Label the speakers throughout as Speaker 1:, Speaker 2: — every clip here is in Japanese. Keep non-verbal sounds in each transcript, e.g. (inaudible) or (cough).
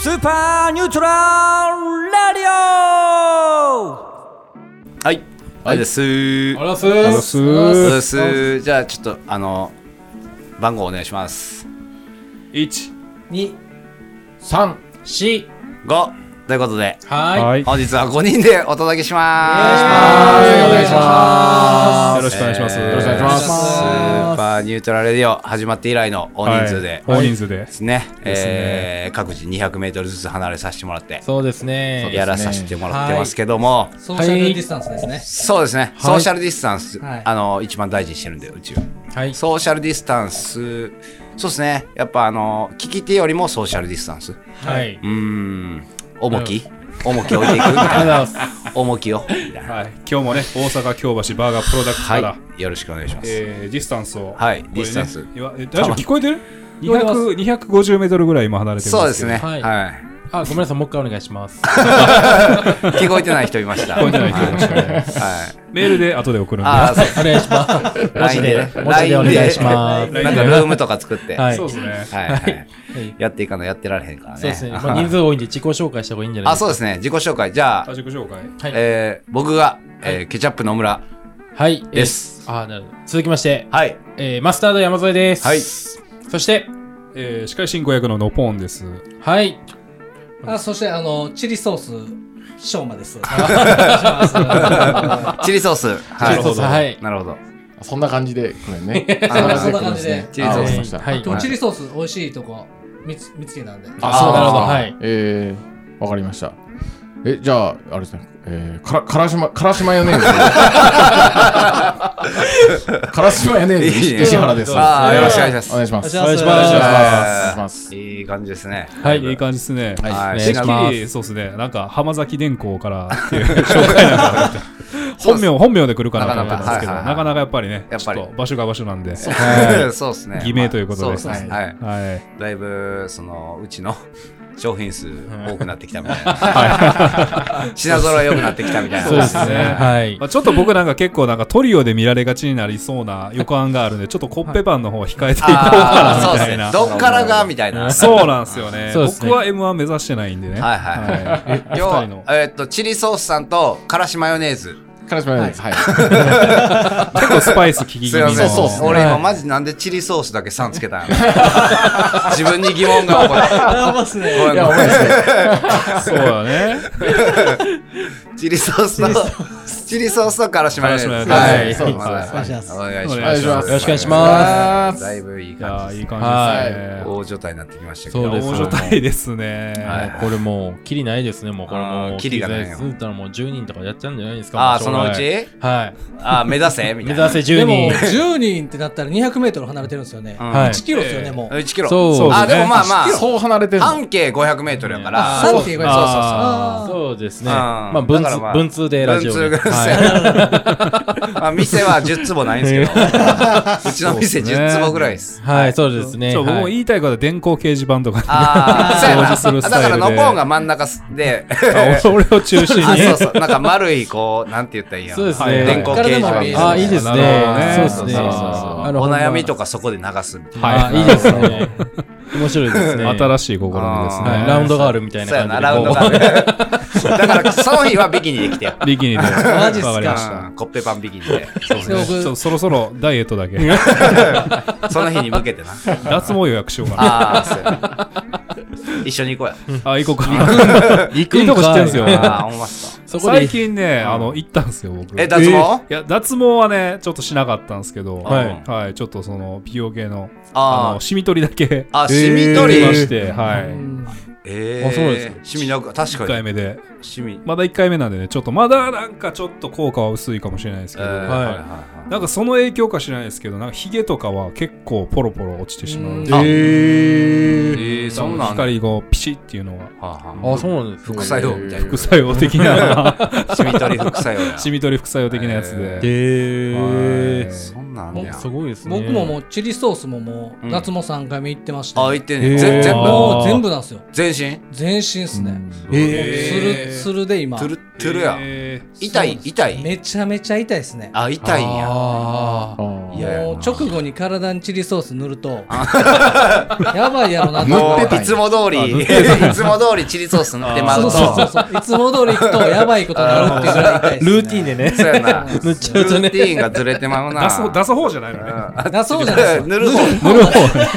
Speaker 1: スーパーニュートラルラディオはい、あれです
Speaker 2: あらすー
Speaker 3: す
Speaker 1: そうですじゃあちょっとあの番号お願いします
Speaker 2: 一
Speaker 4: 二
Speaker 2: 三
Speaker 4: 四
Speaker 1: 5ということで
Speaker 2: はい
Speaker 3: はい。
Speaker 1: 本日は5人でお届けします
Speaker 2: お願いし
Speaker 3: は
Speaker 2: ます
Speaker 3: いよろしくお願いします。
Speaker 1: えー
Speaker 2: よろしくお願いします
Speaker 1: スーパーニュートラルレディオ始まって以来の大人数で、
Speaker 3: はい大人数で
Speaker 1: で。すね、えー各自200メートルずつ離れさせてもらって、
Speaker 2: そうですね
Speaker 1: やらさせてもらってますけども、
Speaker 4: ソーシャルディスタンスですね。
Speaker 1: そうですね、ソーシャルディスタンス、
Speaker 4: はい
Speaker 1: あの一番大事にしてるんでうちは
Speaker 2: はい
Speaker 1: ソーシャルディスタンスそうですねやっぱあの聞き手よりもソーシャルディスタンスう
Speaker 2: はい
Speaker 1: ーん重き、重きを置いていくみたい
Speaker 2: (laughs)
Speaker 1: な重きをみたいな
Speaker 3: はい。今日もね、大阪京橋バーガープロダクツか
Speaker 1: は
Speaker 3: ら、
Speaker 1: いよろしくお願いします、
Speaker 3: えーディスタンスを。
Speaker 1: はい
Speaker 3: これね
Speaker 1: ディスタンス
Speaker 3: 今え大丈夫聞こえてる
Speaker 2: 聞こえてます
Speaker 3: ?200 250メートルぐらい今離れてるんですけど。
Speaker 1: そうですねは、
Speaker 2: はいいあごめんなさいもう一回お願いします
Speaker 1: 聞こえてない人いました
Speaker 3: 聞こえてない人いましたね
Speaker 1: はい
Speaker 3: メールで後で送るんで。
Speaker 1: ああそう
Speaker 2: お願いします文字
Speaker 1: LINE
Speaker 2: で
Speaker 1: ね
Speaker 2: 文字でお願いしま
Speaker 1: LINE
Speaker 2: す
Speaker 1: でなんかルームとか作って、
Speaker 2: はい
Speaker 3: そうですね。
Speaker 1: はいはい
Speaker 2: はい
Speaker 1: やっていかないやってられへんからね。
Speaker 2: そうですねまあ人数多いんで自己紹介した方がいいんじゃない
Speaker 1: あ、
Speaker 2: です
Speaker 1: そ
Speaker 2: か
Speaker 1: うですね。自己紹介。じゃあ、
Speaker 3: 家族紹介。
Speaker 2: はい
Speaker 1: えー僕が、えーケチャップ野村。
Speaker 2: はいえー
Speaker 1: です
Speaker 2: あなるほど続きまして
Speaker 1: はい。
Speaker 2: えーマスタード山添です
Speaker 1: はい
Speaker 2: そして
Speaker 3: えー司会進行役のノポーンです。
Speaker 2: はい
Speaker 4: あ、そしてあのチリソースしょうまです。お (laughs) 願いします
Speaker 1: チリソース。は
Speaker 3: ないるほど
Speaker 2: はい
Speaker 1: なるほど。
Speaker 5: そんな感じで来るね。
Speaker 1: あー
Speaker 4: そんな感じで
Speaker 5: あわかりました
Speaker 2: は
Speaker 4: でも
Speaker 2: い
Speaker 4: チリソース美味しいとこ見つ見つけたんで。
Speaker 5: あ
Speaker 2: あそうなるほど
Speaker 5: あー
Speaker 2: はい
Speaker 5: えー、わかりました。え、じゃあ、あれですね、えー、から、からしま、からしマヨネーズ。からしマヨネーズ、
Speaker 1: いいね
Speaker 5: 石原です。
Speaker 1: ああ、よろしくお願いし
Speaker 5: お
Speaker 1: ま
Speaker 5: 願い
Speaker 1: す。
Speaker 5: し
Speaker 4: お
Speaker 5: ます。
Speaker 4: 願いし
Speaker 2: お願いし
Speaker 4: ま。
Speaker 2: ます
Speaker 5: 願いします
Speaker 1: いい感じですね。
Speaker 2: はい
Speaker 3: いい感じですね。
Speaker 5: はい
Speaker 1: はい。
Speaker 2: い
Speaker 3: てっ
Speaker 2: お願い
Speaker 3: き
Speaker 2: しま
Speaker 3: り、そうですね。なんか、浜崎電工からっていう
Speaker 1: (laughs)
Speaker 3: 紹介なんだなと思って本名、本名で来るかなと思ったんですけど、
Speaker 1: なかなか
Speaker 3: なかなかやっぱりね、
Speaker 1: やっ
Speaker 3: ちょ
Speaker 1: ぱ
Speaker 3: っ
Speaker 1: り
Speaker 3: と場所が場所なんで。
Speaker 1: はい (laughs) そうですね。
Speaker 3: 偽名ということで
Speaker 1: まあそうですね。はい。
Speaker 3: はい。
Speaker 1: だいぶ、その、うちの商品数多くなってきたみたいな。品揃え良くなってきたみたいな。
Speaker 3: そうですね。
Speaker 2: はい
Speaker 3: まあ、ちょっと僕なんか結構なんかトリオで見られがちになりそうな予感があるんで、ちょっとコッペパンの方控えていこう
Speaker 1: あ
Speaker 3: か
Speaker 1: あ、
Speaker 3: な
Speaker 1: そう
Speaker 3: み
Speaker 1: で
Speaker 3: た
Speaker 1: す
Speaker 3: い
Speaker 1: ね。
Speaker 3: な。
Speaker 1: どっからがみたいな。
Speaker 3: そうなんですよね。
Speaker 2: そうですね
Speaker 3: 僕は M1 目指してないんでね。
Speaker 1: はいはい
Speaker 3: はい
Speaker 1: (laughs) 今日
Speaker 3: お二人の
Speaker 1: は、えーっと、チリソースさんと、からしマヨネーズ。
Speaker 5: からしマヨネーズ、はい。
Speaker 3: 結構スパイス効き気味
Speaker 1: すいま
Speaker 3: の。
Speaker 1: せん、
Speaker 5: そうっすね
Speaker 1: 俺今マジなんでチリソースだけさんつけたんやろ自分に疑問が起こる
Speaker 4: あ、ますね。
Speaker 1: ごめんごめん
Speaker 3: そうだね。
Speaker 1: チリソースとチリソースとからしマヨネーズ
Speaker 3: から
Speaker 5: しマ
Speaker 1: はい
Speaker 5: ヨネーズはい
Speaker 4: そうです
Speaker 1: お願いし
Speaker 3: お
Speaker 1: ま
Speaker 3: 願
Speaker 5: い
Speaker 1: す
Speaker 5: しますよろ
Speaker 2: しくお願いし
Speaker 5: ます
Speaker 1: だいぶいい
Speaker 3: いや
Speaker 1: 感
Speaker 3: ー、
Speaker 1: じ
Speaker 3: い
Speaker 1: です
Speaker 3: い感じですね。
Speaker 1: 大所帯になってきましたけ
Speaker 2: そ
Speaker 1: ど
Speaker 2: うです
Speaker 3: 大所帯ですね。
Speaker 1: はい
Speaker 2: これもう、キリないですね、もうこれ
Speaker 1: あ
Speaker 2: も
Speaker 1: ー
Speaker 2: う。
Speaker 1: キリがないよ
Speaker 2: ずっともう10人とかやっちゃうんじゃないですか。
Speaker 1: ああ
Speaker 2: もうしょ
Speaker 1: そう
Speaker 2: が
Speaker 1: の
Speaker 2: な
Speaker 1: う
Speaker 2: い
Speaker 1: ち
Speaker 2: はい。
Speaker 1: ああ目指せみ
Speaker 2: 目
Speaker 1: たい
Speaker 2: 指
Speaker 1: な
Speaker 2: せ
Speaker 4: で
Speaker 2: 10
Speaker 4: も
Speaker 2: 人。
Speaker 4: 10人ってなったら200メートル離れてるんですよね。
Speaker 1: ん
Speaker 2: はい
Speaker 4: 1キロですよね、もう。
Speaker 1: 1キロ
Speaker 2: そう
Speaker 1: あでもまあま
Speaker 5: そう離れてる
Speaker 1: あ
Speaker 5: の。
Speaker 1: 半径500メートルやから
Speaker 4: あ3.5キロ (laughs)
Speaker 1: そう
Speaker 2: あ
Speaker 4: あ
Speaker 2: ー
Speaker 4: そうそう
Speaker 2: そうですね。
Speaker 1: うん
Speaker 2: まあ文
Speaker 1: だか
Speaker 2: 通
Speaker 1: らまあ
Speaker 2: 文通でラジオで。
Speaker 1: 文通が
Speaker 2: はい
Speaker 1: まあ店は10坪ないんですけどうちの店10坪ぐらいです
Speaker 2: はい、そうですね。
Speaker 3: ちょ、僕も
Speaker 2: はい
Speaker 3: 言いたいことは電光掲示板とかね。
Speaker 1: ああ、そう
Speaker 3: 掃
Speaker 1: や
Speaker 3: 除する
Speaker 1: な。
Speaker 3: スタイ
Speaker 1: だ
Speaker 3: ル
Speaker 1: から、
Speaker 3: で
Speaker 1: ノポンが真ん中で、
Speaker 3: あ俺を中心
Speaker 1: (laughs)
Speaker 3: に。
Speaker 1: あ、そうそう、なんか丸い、こう、なんて言ったらいいんやろ
Speaker 2: そうです
Speaker 3: はい
Speaker 2: ね。
Speaker 1: 電光掲示板みた
Speaker 2: あ
Speaker 1: な
Speaker 2: あー、いいですね。
Speaker 3: なるほどね
Speaker 2: そうですね。
Speaker 1: そうそうそう
Speaker 2: あの
Speaker 1: お悩みと。かそこで流すみたいな。
Speaker 2: ほんまあー、いいですね。面白いですね。
Speaker 3: 新しい試みです
Speaker 1: あ
Speaker 2: は
Speaker 3: ね。
Speaker 2: いラウンドガールみたいな
Speaker 1: そうや
Speaker 2: 感
Speaker 1: な、
Speaker 2: じで。
Speaker 1: ラウンド
Speaker 2: こう
Speaker 1: がある。 (laughs) だから、その日はビキニで来てよ。
Speaker 3: ビキニで。マ
Speaker 4: マジっすか
Speaker 3: かりまし
Speaker 1: うんコッペパンビキニで。
Speaker 3: たね。ちょっとそろそろダイエットだけ。
Speaker 1: その日に向けてな。
Speaker 3: 脱毛予約しようかな。
Speaker 1: ああ、そうや。一緒に行こうや。
Speaker 3: あ、行こうか。
Speaker 2: 行
Speaker 3: いいとこ知ってんすよ。
Speaker 1: ああ、思いますか。
Speaker 2: そこで
Speaker 3: 最。近ね、あの、行ったんですよ、僕。
Speaker 1: え、脱毛
Speaker 3: いや、脱毛はね、ちょっとしなかったんですけど、。
Speaker 1: はい
Speaker 3: はい、ちょっとその、美容系の、あ
Speaker 1: あ
Speaker 3: の、シミ取りだけ、 (laughs)
Speaker 1: あ、あ、シミ取
Speaker 3: し
Speaker 1: り
Speaker 3: ま。して、はい。
Speaker 1: え
Speaker 3: あそうです
Speaker 1: え、シミなく、確
Speaker 3: 1
Speaker 1: か
Speaker 3: 回
Speaker 1: に。
Speaker 3: 目で。
Speaker 1: シミ。
Speaker 3: まだ1回目なんでね、ちょっと、まだなんかちょっと効果は薄いかもしれないです
Speaker 1: え
Speaker 3: けど、
Speaker 1: ー
Speaker 3: はい
Speaker 1: はいはい
Speaker 3: なんかその影響か知らないですけど、なんかヒゲとかは結構ポロポロ落ちてしまう。
Speaker 4: あ
Speaker 1: えー、そんなん。は
Speaker 3: 光をピシッっていうのは、
Speaker 1: あはあ
Speaker 2: あ、そうなんですね。
Speaker 1: 副作用みたいな
Speaker 3: 副。作用的
Speaker 1: (laughs)
Speaker 3: な、
Speaker 1: シミ取り副作用や。
Speaker 3: シミ取り副作用的なやつ
Speaker 1: へ
Speaker 2: へ
Speaker 3: で。はい
Speaker 1: そんなんあんねや。
Speaker 2: すごいですね。
Speaker 4: 僕ももうチリソースもも
Speaker 1: う
Speaker 4: うん夏も3回目行ってました。
Speaker 1: あ、
Speaker 4: も
Speaker 1: 言ってんねん。ぜ
Speaker 3: えー
Speaker 1: 全部。
Speaker 4: う全部なんですよ。
Speaker 1: 全身
Speaker 4: 全身ですね。
Speaker 3: えー
Speaker 4: ツルツルで今
Speaker 1: トゥ。ルットゥルや。
Speaker 3: えー
Speaker 1: 痛い、痛い。
Speaker 4: めちゃめちゃ痛いですね。
Speaker 1: あ、痛いんや。
Speaker 2: あ
Speaker 5: あー
Speaker 1: いや
Speaker 4: もう直後に体にチリソース塗ると (laughs) やばいやろなと
Speaker 5: 塗
Speaker 4: 思
Speaker 5: っ
Speaker 4: って
Speaker 1: も
Speaker 5: た
Speaker 1: うん
Speaker 5: や
Speaker 1: いつも通 (laughs) り、いつも通りチリソース塗ってまうと、
Speaker 4: そうそうそうそういつも通り行くとやばいことになるっていうぐらい痛いです、ね、
Speaker 2: ルーティンでね。
Speaker 1: そうやな。
Speaker 4: 塗っち
Speaker 2: ゃうとね
Speaker 1: ルーティーンがずれてまうな。
Speaker 3: 出す出す方じゃないのね
Speaker 4: だそうじゃないですか
Speaker 1: (laughs) 塗る方
Speaker 3: 塗る方ね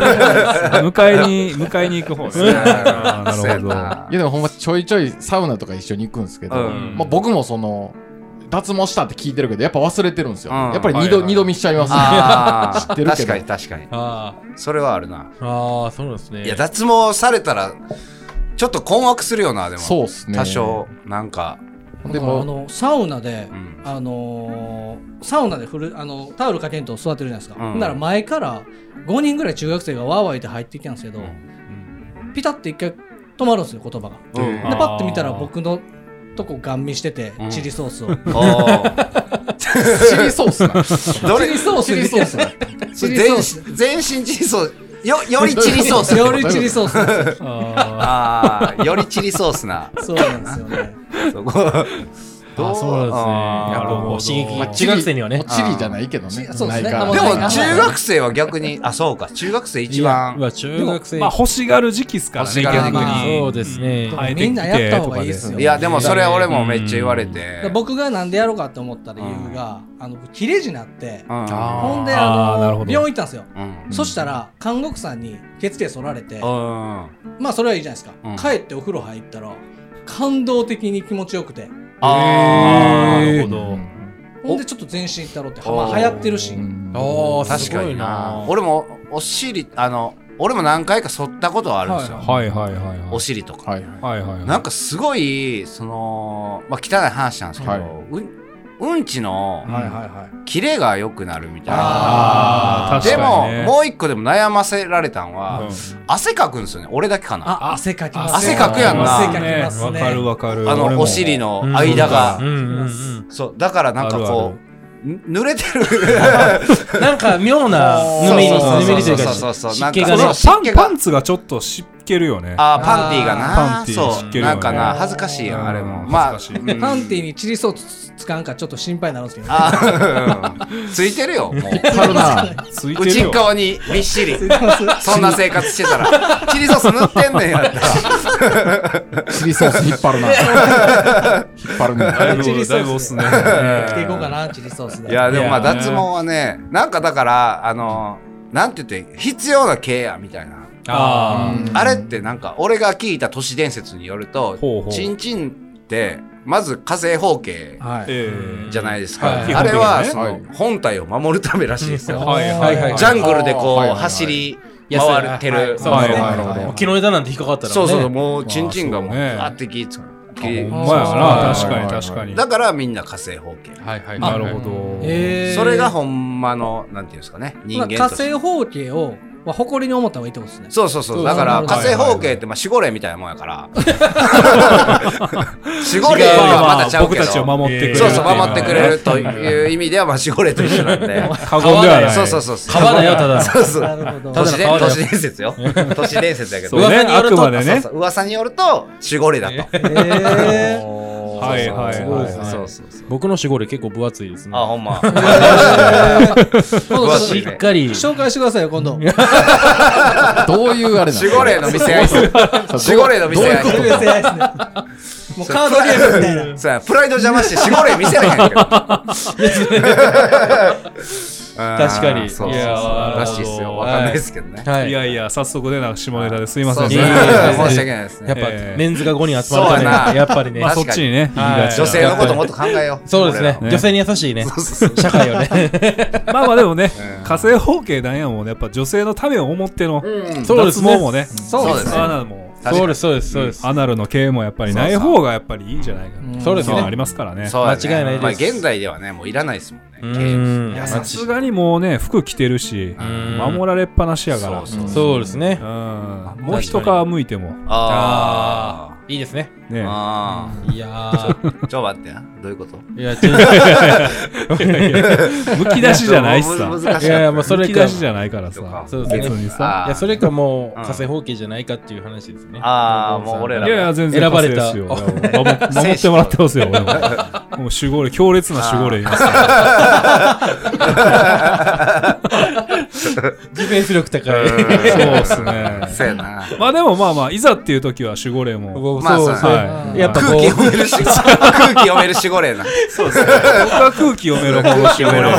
Speaker 3: 迎えに迎えに行く方ねあーなるほど
Speaker 5: いやでもほんまちょいちょいサウナとか一緒に行くんですけど、
Speaker 1: うん
Speaker 5: まあ、僕もその脱毛したって聞いてるけどやっぱ忘れてるんですよ、
Speaker 1: うん
Speaker 5: やっぱり二
Speaker 2: は
Speaker 5: 度,、
Speaker 2: いはい
Speaker 5: 二度見しちゃいます
Speaker 1: ああ、
Speaker 5: 知ってるけ
Speaker 1: 確
Speaker 5: ど
Speaker 1: かに確かに。
Speaker 2: あ
Speaker 1: それはあるな。
Speaker 2: あ、ああ、そうなんですね。
Speaker 1: いや、脱毛されたら、ちょっと困惑するよな、でも。
Speaker 5: そうっすね
Speaker 1: 多少、なんか。
Speaker 5: で
Speaker 4: だからあ
Speaker 5: も
Speaker 4: のサウナで、
Speaker 1: うん
Speaker 4: あのーサウナでふるあのタオルかけんと座ってるじゃないですか、
Speaker 1: うん
Speaker 4: ほんなら前から5人ぐらい中学生がわーわーいて入ってきたんですけど、ピタッて一回止まるんですよ言葉が
Speaker 1: うん
Speaker 2: うん
Speaker 4: で
Speaker 2: あ
Speaker 4: パッて見たら僕のとこガン見してて、
Speaker 1: うん
Speaker 4: チリソースを
Speaker 1: おー
Speaker 5: (laughs) チリソースなん
Speaker 1: ど
Speaker 4: チ
Speaker 1: れ
Speaker 4: リソースに
Speaker 5: チリソ
Speaker 4: チリソース
Speaker 1: 全身全身チリソース。よ、よりチリソース。
Speaker 4: より (laughs) チリソースなんですよ
Speaker 1: あ
Speaker 2: あ
Speaker 1: あ、よりチリソースな。
Speaker 4: そうなんですよね
Speaker 1: そこ。あ
Speaker 2: あ、そうなんですね。やっぱもう刺激
Speaker 5: まあ
Speaker 2: が。中学生にはね。
Speaker 5: チリじゃないけど
Speaker 4: チリ
Speaker 5: ね
Speaker 4: そうですね
Speaker 5: ない
Speaker 4: あ
Speaker 5: か
Speaker 4: の
Speaker 5: ら
Speaker 1: で
Speaker 5: で
Speaker 1: も
Speaker 5: も
Speaker 4: ない
Speaker 1: 中学生は逆に、あ、そうか、中学生一番
Speaker 2: う。わ、中学生。
Speaker 3: まあ欲しがる時期っすからね
Speaker 1: 欲しがる時期
Speaker 3: 逆に
Speaker 2: そうですね。
Speaker 3: 生えてきて
Speaker 4: みんなやった方がいいです
Speaker 3: と
Speaker 4: よ
Speaker 1: いや、でもそれは俺もめっちゃ言われて。
Speaker 4: で僕がなんでやろうかって思った理由が、あの僕切れ字になって、
Speaker 1: うん、
Speaker 5: あ
Speaker 4: ほんで
Speaker 3: あー
Speaker 4: あ
Speaker 3: なる
Speaker 4: の
Speaker 3: ほど
Speaker 4: 病院行ったんですよ
Speaker 1: うん。
Speaker 4: そしたら看護婦さんに血液剃られて
Speaker 1: うん。
Speaker 4: まあそれはいいじゃないですか、
Speaker 1: うん
Speaker 4: 帰ってお風呂入ったら感動的に気持ちよくて
Speaker 1: あ
Speaker 2: な
Speaker 1: ー
Speaker 2: るほど。
Speaker 4: ほんでちょっと全身いったろって、
Speaker 1: お
Speaker 4: まあ、流行ってるし
Speaker 2: ああ、
Speaker 1: 確
Speaker 2: 確
Speaker 1: か
Speaker 2: か
Speaker 1: に
Speaker 2: に
Speaker 1: な
Speaker 2: な。
Speaker 1: 俺もお尻あの俺も何回か剃ったことはあるんですよ、
Speaker 4: は
Speaker 3: はいはいはいはい
Speaker 1: お尻とか、
Speaker 5: はいはい
Speaker 3: はいはい
Speaker 1: なんかすごいその、まあ、汚い話なんですけど、
Speaker 5: はいう
Speaker 1: うんちの
Speaker 3: はい
Speaker 4: はいはい
Speaker 1: キレが良くなるみたい
Speaker 3: あ
Speaker 1: な
Speaker 3: ー
Speaker 1: で
Speaker 3: 確
Speaker 1: も、
Speaker 3: かにね
Speaker 1: もう一個でも悩ませられたんは、
Speaker 3: うん
Speaker 1: 汗かくんですよね俺だけかな
Speaker 4: あ汗かきます
Speaker 1: 汗かくやんな
Speaker 4: 汗かきます
Speaker 3: わ
Speaker 4: ね
Speaker 3: かるわかる
Speaker 1: あ
Speaker 3: 俺
Speaker 1: の
Speaker 3: も
Speaker 1: お尻の間が、
Speaker 2: うんうんうん。
Speaker 1: そうだからなんかこう (laughs) ぬ濡れてる
Speaker 2: なんか妙なぬめり、
Speaker 1: そうそうそう
Speaker 2: ぬめりというか、
Speaker 1: そうそうそう
Speaker 2: 湿気
Speaker 1: な
Speaker 2: が
Speaker 1: んか
Speaker 2: ね。
Speaker 1: そ
Speaker 3: パ
Speaker 1: う
Speaker 3: ンパンツがちょっと湿気るよね
Speaker 1: あーパンティーがな
Speaker 3: パンティー
Speaker 1: そ
Speaker 3: 湿
Speaker 1: う、
Speaker 3: 気るよね
Speaker 1: なんかな恥ずかしいやんあれもまあ
Speaker 3: 恥ずかしい
Speaker 1: うん
Speaker 4: パンティーにチリソースつかんかちょっと心配になるんですけど、ね、
Speaker 1: あー (laughs) ついてるよ、もう。
Speaker 5: あるな
Speaker 3: ついてる
Speaker 1: 内
Speaker 3: よ
Speaker 1: 側にびっしり。
Speaker 4: ます
Speaker 1: そんな生活してたら。チリソース塗ってんねんやったら。
Speaker 5: チリソース引っ張るな (laughs) 引っ張るね
Speaker 3: だいぶ
Speaker 4: チリソース
Speaker 3: だいぶ押すね
Speaker 4: やっていこうかなチリソースで
Speaker 1: いや、でもまあ
Speaker 2: いやー
Speaker 1: 脱毛はね、なんかだから、あの、なんて言って、必要なケアみたいな。
Speaker 2: あ
Speaker 5: うん
Speaker 1: あれってなんか、俺が聞いた都市伝説によると
Speaker 3: ほうほ、う
Speaker 1: チンチンって、まず火星方形
Speaker 4: はい
Speaker 3: え
Speaker 1: じゃないです
Speaker 4: は
Speaker 1: か。
Speaker 4: い
Speaker 1: あれは、
Speaker 3: 基
Speaker 1: そ
Speaker 5: 本的にね
Speaker 1: の、本体を守るためらしいです
Speaker 3: え
Speaker 1: よ。
Speaker 3: はいはいはい
Speaker 1: ジャングルでこ、
Speaker 5: はいうはいはい
Speaker 1: 走り回ってる。
Speaker 2: そうですね
Speaker 5: はいはいはい
Speaker 2: もう木の枝なんて引っかかったらね。
Speaker 1: そうそうそう、もう、チンチンがもう、
Speaker 3: そうね
Speaker 1: あってきつく。
Speaker 3: ほんまやな
Speaker 5: そう
Speaker 3: 確かに
Speaker 5: そう
Speaker 3: 確かに
Speaker 1: だからみんな火星方形。
Speaker 2: はいはい。
Speaker 3: なるほど
Speaker 4: えー
Speaker 1: それがほんまの、なんていうんですかね、人
Speaker 4: まあ
Speaker 1: 間として
Speaker 4: 火星方形を、まあ、誇りに思った方がいいってことですね
Speaker 1: そうそうそう。
Speaker 5: そう
Speaker 1: だから、
Speaker 4: そう
Speaker 1: 火星方形って、まあ、守護霊みたいなもんやから。守護霊はまたちゃうけ
Speaker 3: 僕
Speaker 1: ど。
Speaker 3: たちを守ってくれる
Speaker 1: そうそう、守ってくれ
Speaker 3: る
Speaker 1: るという意味では、まあ、守護霊と一緒なんで。
Speaker 3: (laughs) 過言ではない
Speaker 1: そうそうそうそう。
Speaker 2: 川だよ、ただ。
Speaker 1: そうそう。
Speaker 4: なるほど
Speaker 1: 都市
Speaker 2: ただの川だ
Speaker 1: 都
Speaker 2: よ
Speaker 1: 市伝説よ。都市伝説やけど。
Speaker 3: そうね
Speaker 2: 噂によ
Speaker 3: あ
Speaker 2: る
Speaker 3: く
Speaker 2: と
Speaker 3: までね
Speaker 1: そうそう噂によると、守護霊だと。
Speaker 4: え
Speaker 3: はい
Speaker 4: ー
Speaker 3: はい
Speaker 1: そうそう
Speaker 3: はい
Speaker 1: そうそうそう。
Speaker 2: 僕の守護霊結構分厚いですね。
Speaker 1: あ、ほんま。
Speaker 4: 今度ち
Speaker 2: し
Speaker 4: ょっ
Speaker 2: っかり。
Speaker 4: と紹介してくださいよ今度 (laughs)
Speaker 5: どういうあれな
Speaker 1: (laughs)
Speaker 5: の
Speaker 1: 守護霊の店やし。守護霊の店やし。
Speaker 4: プレゼンやつねもうカードゲームみたいな
Speaker 1: さあプライド邪魔して守護霊見せないやんけど (laughs) 確
Speaker 2: かに
Speaker 1: そうそうそう
Speaker 2: いやー
Speaker 1: らしいですよわ
Speaker 2: な
Speaker 1: か
Speaker 2: るほど
Speaker 1: んないですけどね、
Speaker 2: はい
Speaker 3: やいや早速でな下ネタですいません
Speaker 1: そうそう
Speaker 2: いやいやいや
Speaker 1: 申し訳ないです
Speaker 2: や
Speaker 1: ね
Speaker 2: っぱ
Speaker 3: えー
Speaker 2: メンズが5人集ま
Speaker 1: そ
Speaker 2: るために
Speaker 1: うやな
Speaker 2: やっぱりね
Speaker 3: まあ。
Speaker 1: 確
Speaker 3: そ
Speaker 1: かに
Speaker 3: っちにね
Speaker 2: はい
Speaker 3: 言いがちな
Speaker 1: 女性のこともっと考えよう
Speaker 2: そうですね。
Speaker 3: ね
Speaker 2: 女性に優しいね。社会をね。
Speaker 3: (laughs) まあまあでもね
Speaker 1: うん
Speaker 3: 火星方形なんやもんねやっぱ女性のためを思っての
Speaker 1: 俺らはうん
Speaker 2: そうです
Speaker 3: 脱
Speaker 2: ね
Speaker 3: 毛もね
Speaker 1: そうですね
Speaker 3: アナルも
Speaker 1: 確か
Speaker 2: そう
Speaker 1: に
Speaker 2: です、そうです、そうです。
Speaker 3: アナルの経営もやっぱりない方がやっぱりいいんじゃないか
Speaker 4: ん
Speaker 2: そうです
Speaker 3: そう
Speaker 2: ね
Speaker 3: あり。ますからね
Speaker 1: そうやね
Speaker 2: 間違いないです
Speaker 1: まあ現在ではねもういらないですもんね
Speaker 2: う
Speaker 1: 経営
Speaker 2: ん
Speaker 3: いやさすがにもうね服着てるし
Speaker 2: ん
Speaker 3: 守られっぱなしやから
Speaker 1: そうそう
Speaker 2: そうですね。
Speaker 3: うんもう一皮向いても
Speaker 1: あ
Speaker 2: いいですね。
Speaker 1: あ
Speaker 3: ね
Speaker 1: あ
Speaker 2: いやー、
Speaker 1: あ、ちょ、待ってな。どういうこと
Speaker 2: いや、ちょっ
Speaker 3: むき出しじゃないしさ
Speaker 1: む。難
Speaker 2: と、
Speaker 1: し
Speaker 2: い
Speaker 1: い。
Speaker 2: やいや、まあ、そ
Speaker 3: む
Speaker 2: れ
Speaker 3: き
Speaker 2: か
Speaker 3: 出、しじゃないからさ。
Speaker 2: (laughs) そう
Speaker 3: 別
Speaker 2: ですね。
Speaker 3: にさ。
Speaker 2: いや、それかもう、
Speaker 1: うん
Speaker 2: 火星放棄じゃないかっていう話ですね。
Speaker 1: あーもう俺
Speaker 3: い
Speaker 1: ら
Speaker 3: やいや、全然
Speaker 2: 選ばれた
Speaker 3: パスですよ (laughs) 守守ってもらってますよ、 (laughs) 俺も。もう守護霊、強烈な守護霊いますから
Speaker 2: ディフェンス力高い。
Speaker 1: う
Speaker 3: そうっすね。
Speaker 1: そう (laughs) やな。
Speaker 3: まあでもまあまあ、いざっていう時は守護霊も。
Speaker 2: そう
Speaker 1: まあ
Speaker 2: そう
Speaker 1: そうや
Speaker 3: な
Speaker 2: はいやっぱ
Speaker 1: 空
Speaker 2: こ
Speaker 1: 気
Speaker 2: う、
Speaker 1: 読めるし、空気読めるしごれな。
Speaker 3: 僕は空気読める方の守護霊。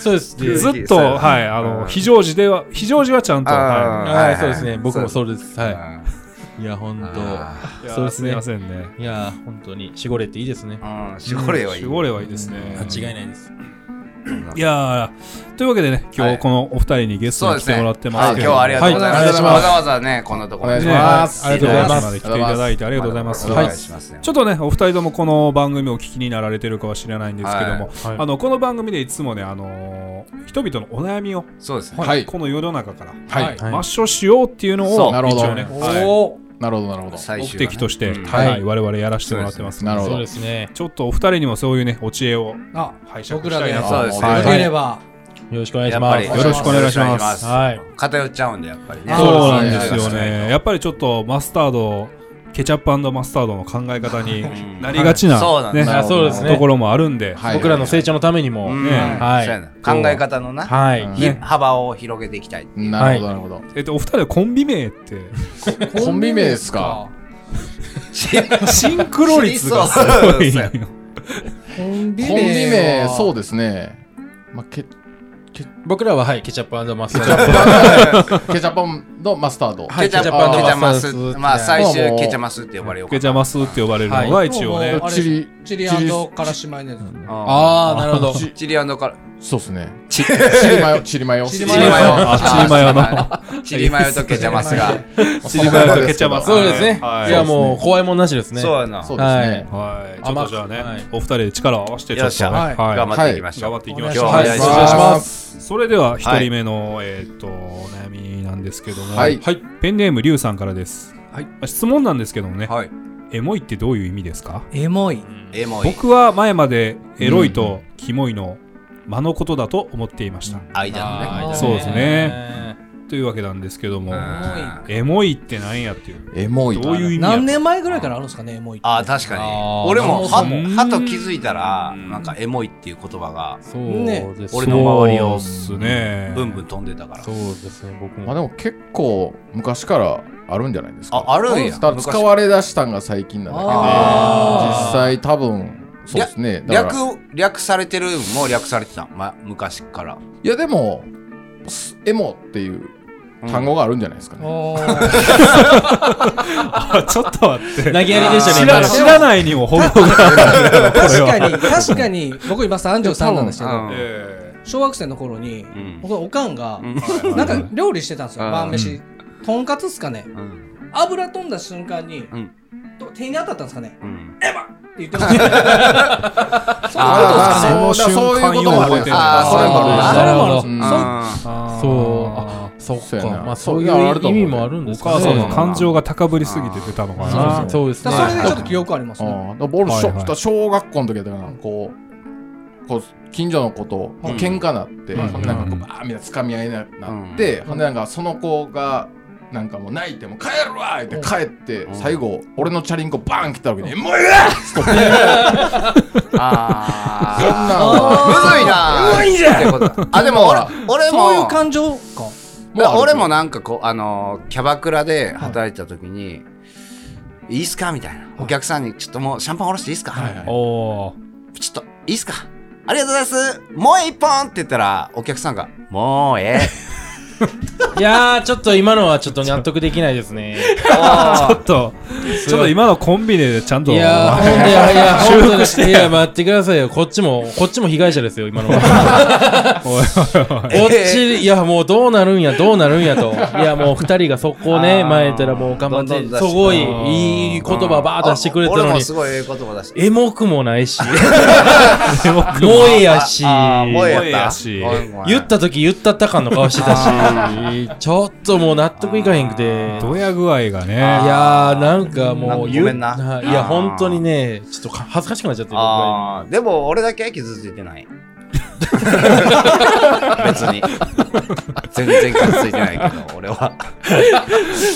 Speaker 2: そうですね。
Speaker 3: ずっと、
Speaker 1: そうやな
Speaker 3: はい、あ
Speaker 1: うん
Speaker 3: の、非常時では、非常時はちゃんと、
Speaker 1: あ
Speaker 3: は
Speaker 2: はい、そうですね。僕も
Speaker 1: う。
Speaker 2: そうです。は
Speaker 1: あ
Speaker 2: い。いや、ほんと。
Speaker 1: ー
Speaker 3: い。
Speaker 2: そうです
Speaker 3: い
Speaker 2: ね
Speaker 3: やすみませんね。
Speaker 2: いやー、ほんとに、しごれっていいですね。
Speaker 1: うん、しごれはいい。
Speaker 3: 守護霊はいいですね。
Speaker 2: 間違いないです。
Speaker 3: いやーというわけでね、今
Speaker 1: は
Speaker 3: 日
Speaker 1: い
Speaker 3: このお二人にゲストに来てもらってます
Speaker 1: はい今
Speaker 3: けど
Speaker 1: 日
Speaker 3: も、
Speaker 1: はありがとうございます。
Speaker 2: はいお願いします
Speaker 1: わざわざね、こんなところ
Speaker 5: お願いし
Speaker 3: ね
Speaker 5: ます
Speaker 3: ありがとうございま
Speaker 5: あり
Speaker 3: す。来て
Speaker 5: がと
Speaker 3: い
Speaker 5: うございます
Speaker 3: ただいてありがとうございます。
Speaker 1: お
Speaker 3: は
Speaker 1: 願
Speaker 3: い
Speaker 1: い。しますね。
Speaker 3: ちょっとね、お二人ともこの番組をお聞きになられてるかは知らないんですけども、
Speaker 2: はい
Speaker 3: あのこの番組でいつもね、あのー人々のお悩みを、
Speaker 1: そうですね。
Speaker 5: はい
Speaker 3: この世の中から
Speaker 5: は
Speaker 2: は
Speaker 5: い。
Speaker 2: い
Speaker 3: 抹消しようっていうのを、
Speaker 5: そうなるほど
Speaker 3: 一応ね、はい
Speaker 4: おー
Speaker 5: なるほど、なるほど。
Speaker 1: 最
Speaker 3: 目
Speaker 1: 終
Speaker 3: 的として、
Speaker 1: うん
Speaker 3: はい
Speaker 2: はい
Speaker 3: 我々やらせてもらってます。
Speaker 5: なるほ
Speaker 2: そう
Speaker 5: ど
Speaker 2: で。すね。
Speaker 3: ちょっとお二人にもそういうね、お知恵を
Speaker 4: あ
Speaker 3: 拝借し
Speaker 4: 僕ら
Speaker 3: た
Speaker 4: の
Speaker 3: い
Speaker 4: や
Speaker 3: な
Speaker 4: つ
Speaker 3: と。
Speaker 1: そうですね。
Speaker 5: はい
Speaker 4: よければ
Speaker 2: よろしくお願い
Speaker 1: や
Speaker 2: し
Speaker 1: っぱ
Speaker 2: ます。
Speaker 1: り
Speaker 3: よろしくお願いします
Speaker 2: はい。
Speaker 1: 偏っちゃうんで、やっぱりね。
Speaker 4: あ
Speaker 3: そうなんです
Speaker 1: そ
Speaker 3: よ
Speaker 1: うです
Speaker 3: ね。やっぱりちょっとマスタード、ケチャップマスタードの考え方に
Speaker 1: ん
Speaker 3: なりがちな、
Speaker 1: そうなんです
Speaker 3: ね
Speaker 2: あそうです
Speaker 3: とこ
Speaker 2: ね。
Speaker 3: ろもあるんで、
Speaker 5: はい
Speaker 2: 僕らの成長のためにも
Speaker 1: う。ん
Speaker 3: ね
Speaker 2: はい
Speaker 1: そうやな考え方のな、
Speaker 2: はい。
Speaker 5: うん
Speaker 1: ひ幅を広げていき
Speaker 3: (laughs)
Speaker 1: たい。
Speaker 5: なるほど、なるほど。
Speaker 3: えっと、お二人はコンビ名って、
Speaker 5: コンビ名ですか
Speaker 3: シンクロ率がすごい。
Speaker 1: そうや
Speaker 4: コンビ名
Speaker 5: コンビ名、そう
Speaker 4: う
Speaker 5: ですね。まあ、ケ
Speaker 2: 僕らは、はい、ケチャップマスタード。
Speaker 5: ケチャップのマスタード。
Speaker 2: い
Speaker 1: ケチャップケ
Speaker 5: ケチ
Speaker 1: チ
Speaker 5: ャ
Speaker 1: ャマス
Speaker 2: ケチャップ。
Speaker 1: まあ、最
Speaker 5: も
Speaker 1: 終
Speaker 5: う
Speaker 1: ケチャマスって呼ばれようか
Speaker 3: ケチャマスって呼ばれるのが一応ね、
Speaker 4: はい
Speaker 5: チリ、
Speaker 4: チリカラシマヨネーズ
Speaker 1: あ
Speaker 2: ああ、なるほど。
Speaker 1: ーチリアンドから、
Speaker 5: そうですね。
Speaker 1: チ
Speaker 5: チ (laughs) リマヨ、チリマヨ。
Speaker 4: チリ
Speaker 1: チリマヨ。
Speaker 3: あチリマヨの
Speaker 1: あ (laughs) ー。チリマヨとケチャマスが。
Speaker 3: チリマヨとケチャマス。
Speaker 2: そうですね。
Speaker 3: はい
Speaker 2: いや、もう、怖いもんなしですね。
Speaker 1: そうやな。
Speaker 5: そうですね。
Speaker 3: はい、ちょっとじゃあね、
Speaker 2: はい
Speaker 3: お二人で力を合わせてちょ
Speaker 1: よ
Speaker 3: っと、ね
Speaker 1: っしゃ
Speaker 3: はい
Speaker 1: 頑張っていきまし
Speaker 3: 頑張
Speaker 1: ょう
Speaker 3: っ。ていきまし
Speaker 1: 今
Speaker 3: ょ
Speaker 1: 日
Speaker 3: う。
Speaker 1: はお願いします。
Speaker 5: す。
Speaker 3: それでは一人目の、えーっとお悩みなんですけども、
Speaker 5: はい
Speaker 3: ペンネームリュウさんからです。
Speaker 1: はい
Speaker 3: あ質問なんですけどもね、
Speaker 1: はい。
Speaker 3: エモいってどういう意味ですか？
Speaker 4: エモい
Speaker 1: エモい。
Speaker 3: 僕は前までエロいとキモいの間のことだと思っていました。
Speaker 1: 間のね。
Speaker 3: そうですね
Speaker 2: ね。
Speaker 3: というわけなんですけども、
Speaker 1: うん
Speaker 3: エモいってなんやっていう。
Speaker 5: エモい。
Speaker 3: どういう意味や
Speaker 4: 何年前ぐらいからあるんですかねエモいって
Speaker 1: ああ、確かに
Speaker 2: あー。
Speaker 1: 俺もは、
Speaker 4: そう
Speaker 3: そう
Speaker 1: はと気づいたら、なんかエモいっていう言葉が、
Speaker 2: そうです
Speaker 1: 俺の周りを
Speaker 3: そうっすね
Speaker 1: ブンブン飛んでたから
Speaker 2: そう。ですね、僕
Speaker 5: ま
Speaker 2: も。
Speaker 5: あでも結構昔からあるんじゃないです
Speaker 1: あ
Speaker 5: か。、
Speaker 1: あるんや。
Speaker 5: ただ使われ出したんが最近なだけで、
Speaker 4: あー
Speaker 5: 実際多分、そうですね。だから
Speaker 1: 略、略されてるんも略されてた。ま、昔から。
Speaker 5: いやでも、すエモっていう単語があるんじゃないですかね。
Speaker 4: おー
Speaker 3: あ (laughs) ちょっと待って。
Speaker 2: 投げやりでした
Speaker 3: 知
Speaker 2: ね、今
Speaker 3: ら
Speaker 2: の。
Speaker 3: 知らないにも程があるからこれ
Speaker 4: 確
Speaker 3: は
Speaker 4: かに確かに僕今33なんですけど
Speaker 1: うん
Speaker 3: え
Speaker 4: 小学生の頃に
Speaker 1: ん
Speaker 4: 僕のおかんが
Speaker 1: うん
Speaker 3: ー
Speaker 4: なんか料理してたんですよ
Speaker 1: うん
Speaker 4: 晩飯とんかつっすかね
Speaker 1: うん。
Speaker 4: 油飛んだ瞬間に
Speaker 1: うん
Speaker 4: と手に当たったんですかね
Speaker 1: うん。
Speaker 4: って言ってましたねそういうことですかね
Speaker 5: ー
Speaker 3: その瞬間よう覚えてる
Speaker 1: あーそれも
Speaker 5: あ
Speaker 1: あ
Speaker 5: ー
Speaker 1: る
Speaker 2: な
Speaker 5: それもある
Speaker 2: るほど
Speaker 5: う。ん
Speaker 1: あー
Speaker 2: そう、あ、そっ
Speaker 5: そうやな
Speaker 2: か。まあ、そうい
Speaker 5: そういうのある
Speaker 2: う
Speaker 5: と
Speaker 2: 意
Speaker 5: 思う
Speaker 2: 味もあるんです
Speaker 3: お
Speaker 2: か
Speaker 3: 母
Speaker 2: ね。
Speaker 3: さん
Speaker 5: そう
Speaker 3: の感情が高ぶりすぎて出たのか
Speaker 5: あー
Speaker 3: な。
Speaker 2: そうです
Speaker 4: だ
Speaker 2: ね。
Speaker 4: からそれでちょっと記憶ありますね
Speaker 5: ああ、だから俺、
Speaker 3: はいはい
Speaker 5: しょだから小学校の時だったから、こう、こう近所の子と
Speaker 1: うん
Speaker 5: 喧嘩なって、
Speaker 3: うん
Speaker 5: なんかこう、バーみんな掴み合いになって、
Speaker 4: ん
Speaker 5: ほんでなんかその子が、なんかもう泣いてもう帰るわーって帰って、
Speaker 1: うん
Speaker 5: 最後俺のチャリンコバーン来たわけに「もういや!」っつってそんな
Speaker 1: あ
Speaker 5: の
Speaker 1: ー。
Speaker 5: は
Speaker 1: むずいなむずいじゃんあ、でも俺、俺も、
Speaker 4: そういう感情か
Speaker 5: もうある
Speaker 1: 俺もなんかこう、あのー、キャバクラで働いてた時に、い、いっすかみたいな。お客さんに、ちょっともうシャンパンおろしていいっすか、
Speaker 5: はいはい
Speaker 3: おー
Speaker 1: ちょっと、いいっすかありがとうございますもう一本って言ったら、お客さんが、もうえ
Speaker 2: (laughs)
Speaker 1: え。
Speaker 2: いやー、ちょっと今のはちょっと納得できないですね。
Speaker 3: ちょっと、ちょっと今のコンビニでちゃんと。
Speaker 2: いやー、ほんで、いやいや、修復して。いや、待ってくださいよ。こっちも、こっちも被害者ですよ、今のは。
Speaker 3: おい
Speaker 2: こっち、いや、もうどうなるんや、どうなるん
Speaker 1: (laughs)
Speaker 2: やと。いや、もう二人がそこね、
Speaker 1: あー
Speaker 2: 前やったらもう頑張
Speaker 1: ど
Speaker 2: っ
Speaker 1: んど
Speaker 2: て、
Speaker 1: ん出して
Speaker 2: すごい、
Speaker 3: あー
Speaker 2: いい言葉ばーっと出してくれた
Speaker 1: あ俺
Speaker 2: の
Speaker 1: も
Speaker 2: に、
Speaker 1: すごいええ言葉出して。
Speaker 2: エモくもな
Speaker 1: (laughs)
Speaker 2: いし、萌えやし、
Speaker 1: ああー、萌え
Speaker 3: 萌え
Speaker 1: や
Speaker 3: や
Speaker 1: った。
Speaker 3: し
Speaker 1: おいお前
Speaker 2: 言った時言ったった感の顔してたし、ちょっともう納得いかへんくて。
Speaker 3: ドヤ具合が
Speaker 2: い
Speaker 3: ね。
Speaker 2: やーなんかもう
Speaker 1: ごめんな
Speaker 2: はいいや
Speaker 1: あー
Speaker 2: 本当にねちょっとか恥ずかしくなっちゃって僕は
Speaker 1: あーでも俺だけ傷ついてない別に全然傷ついてないけど俺は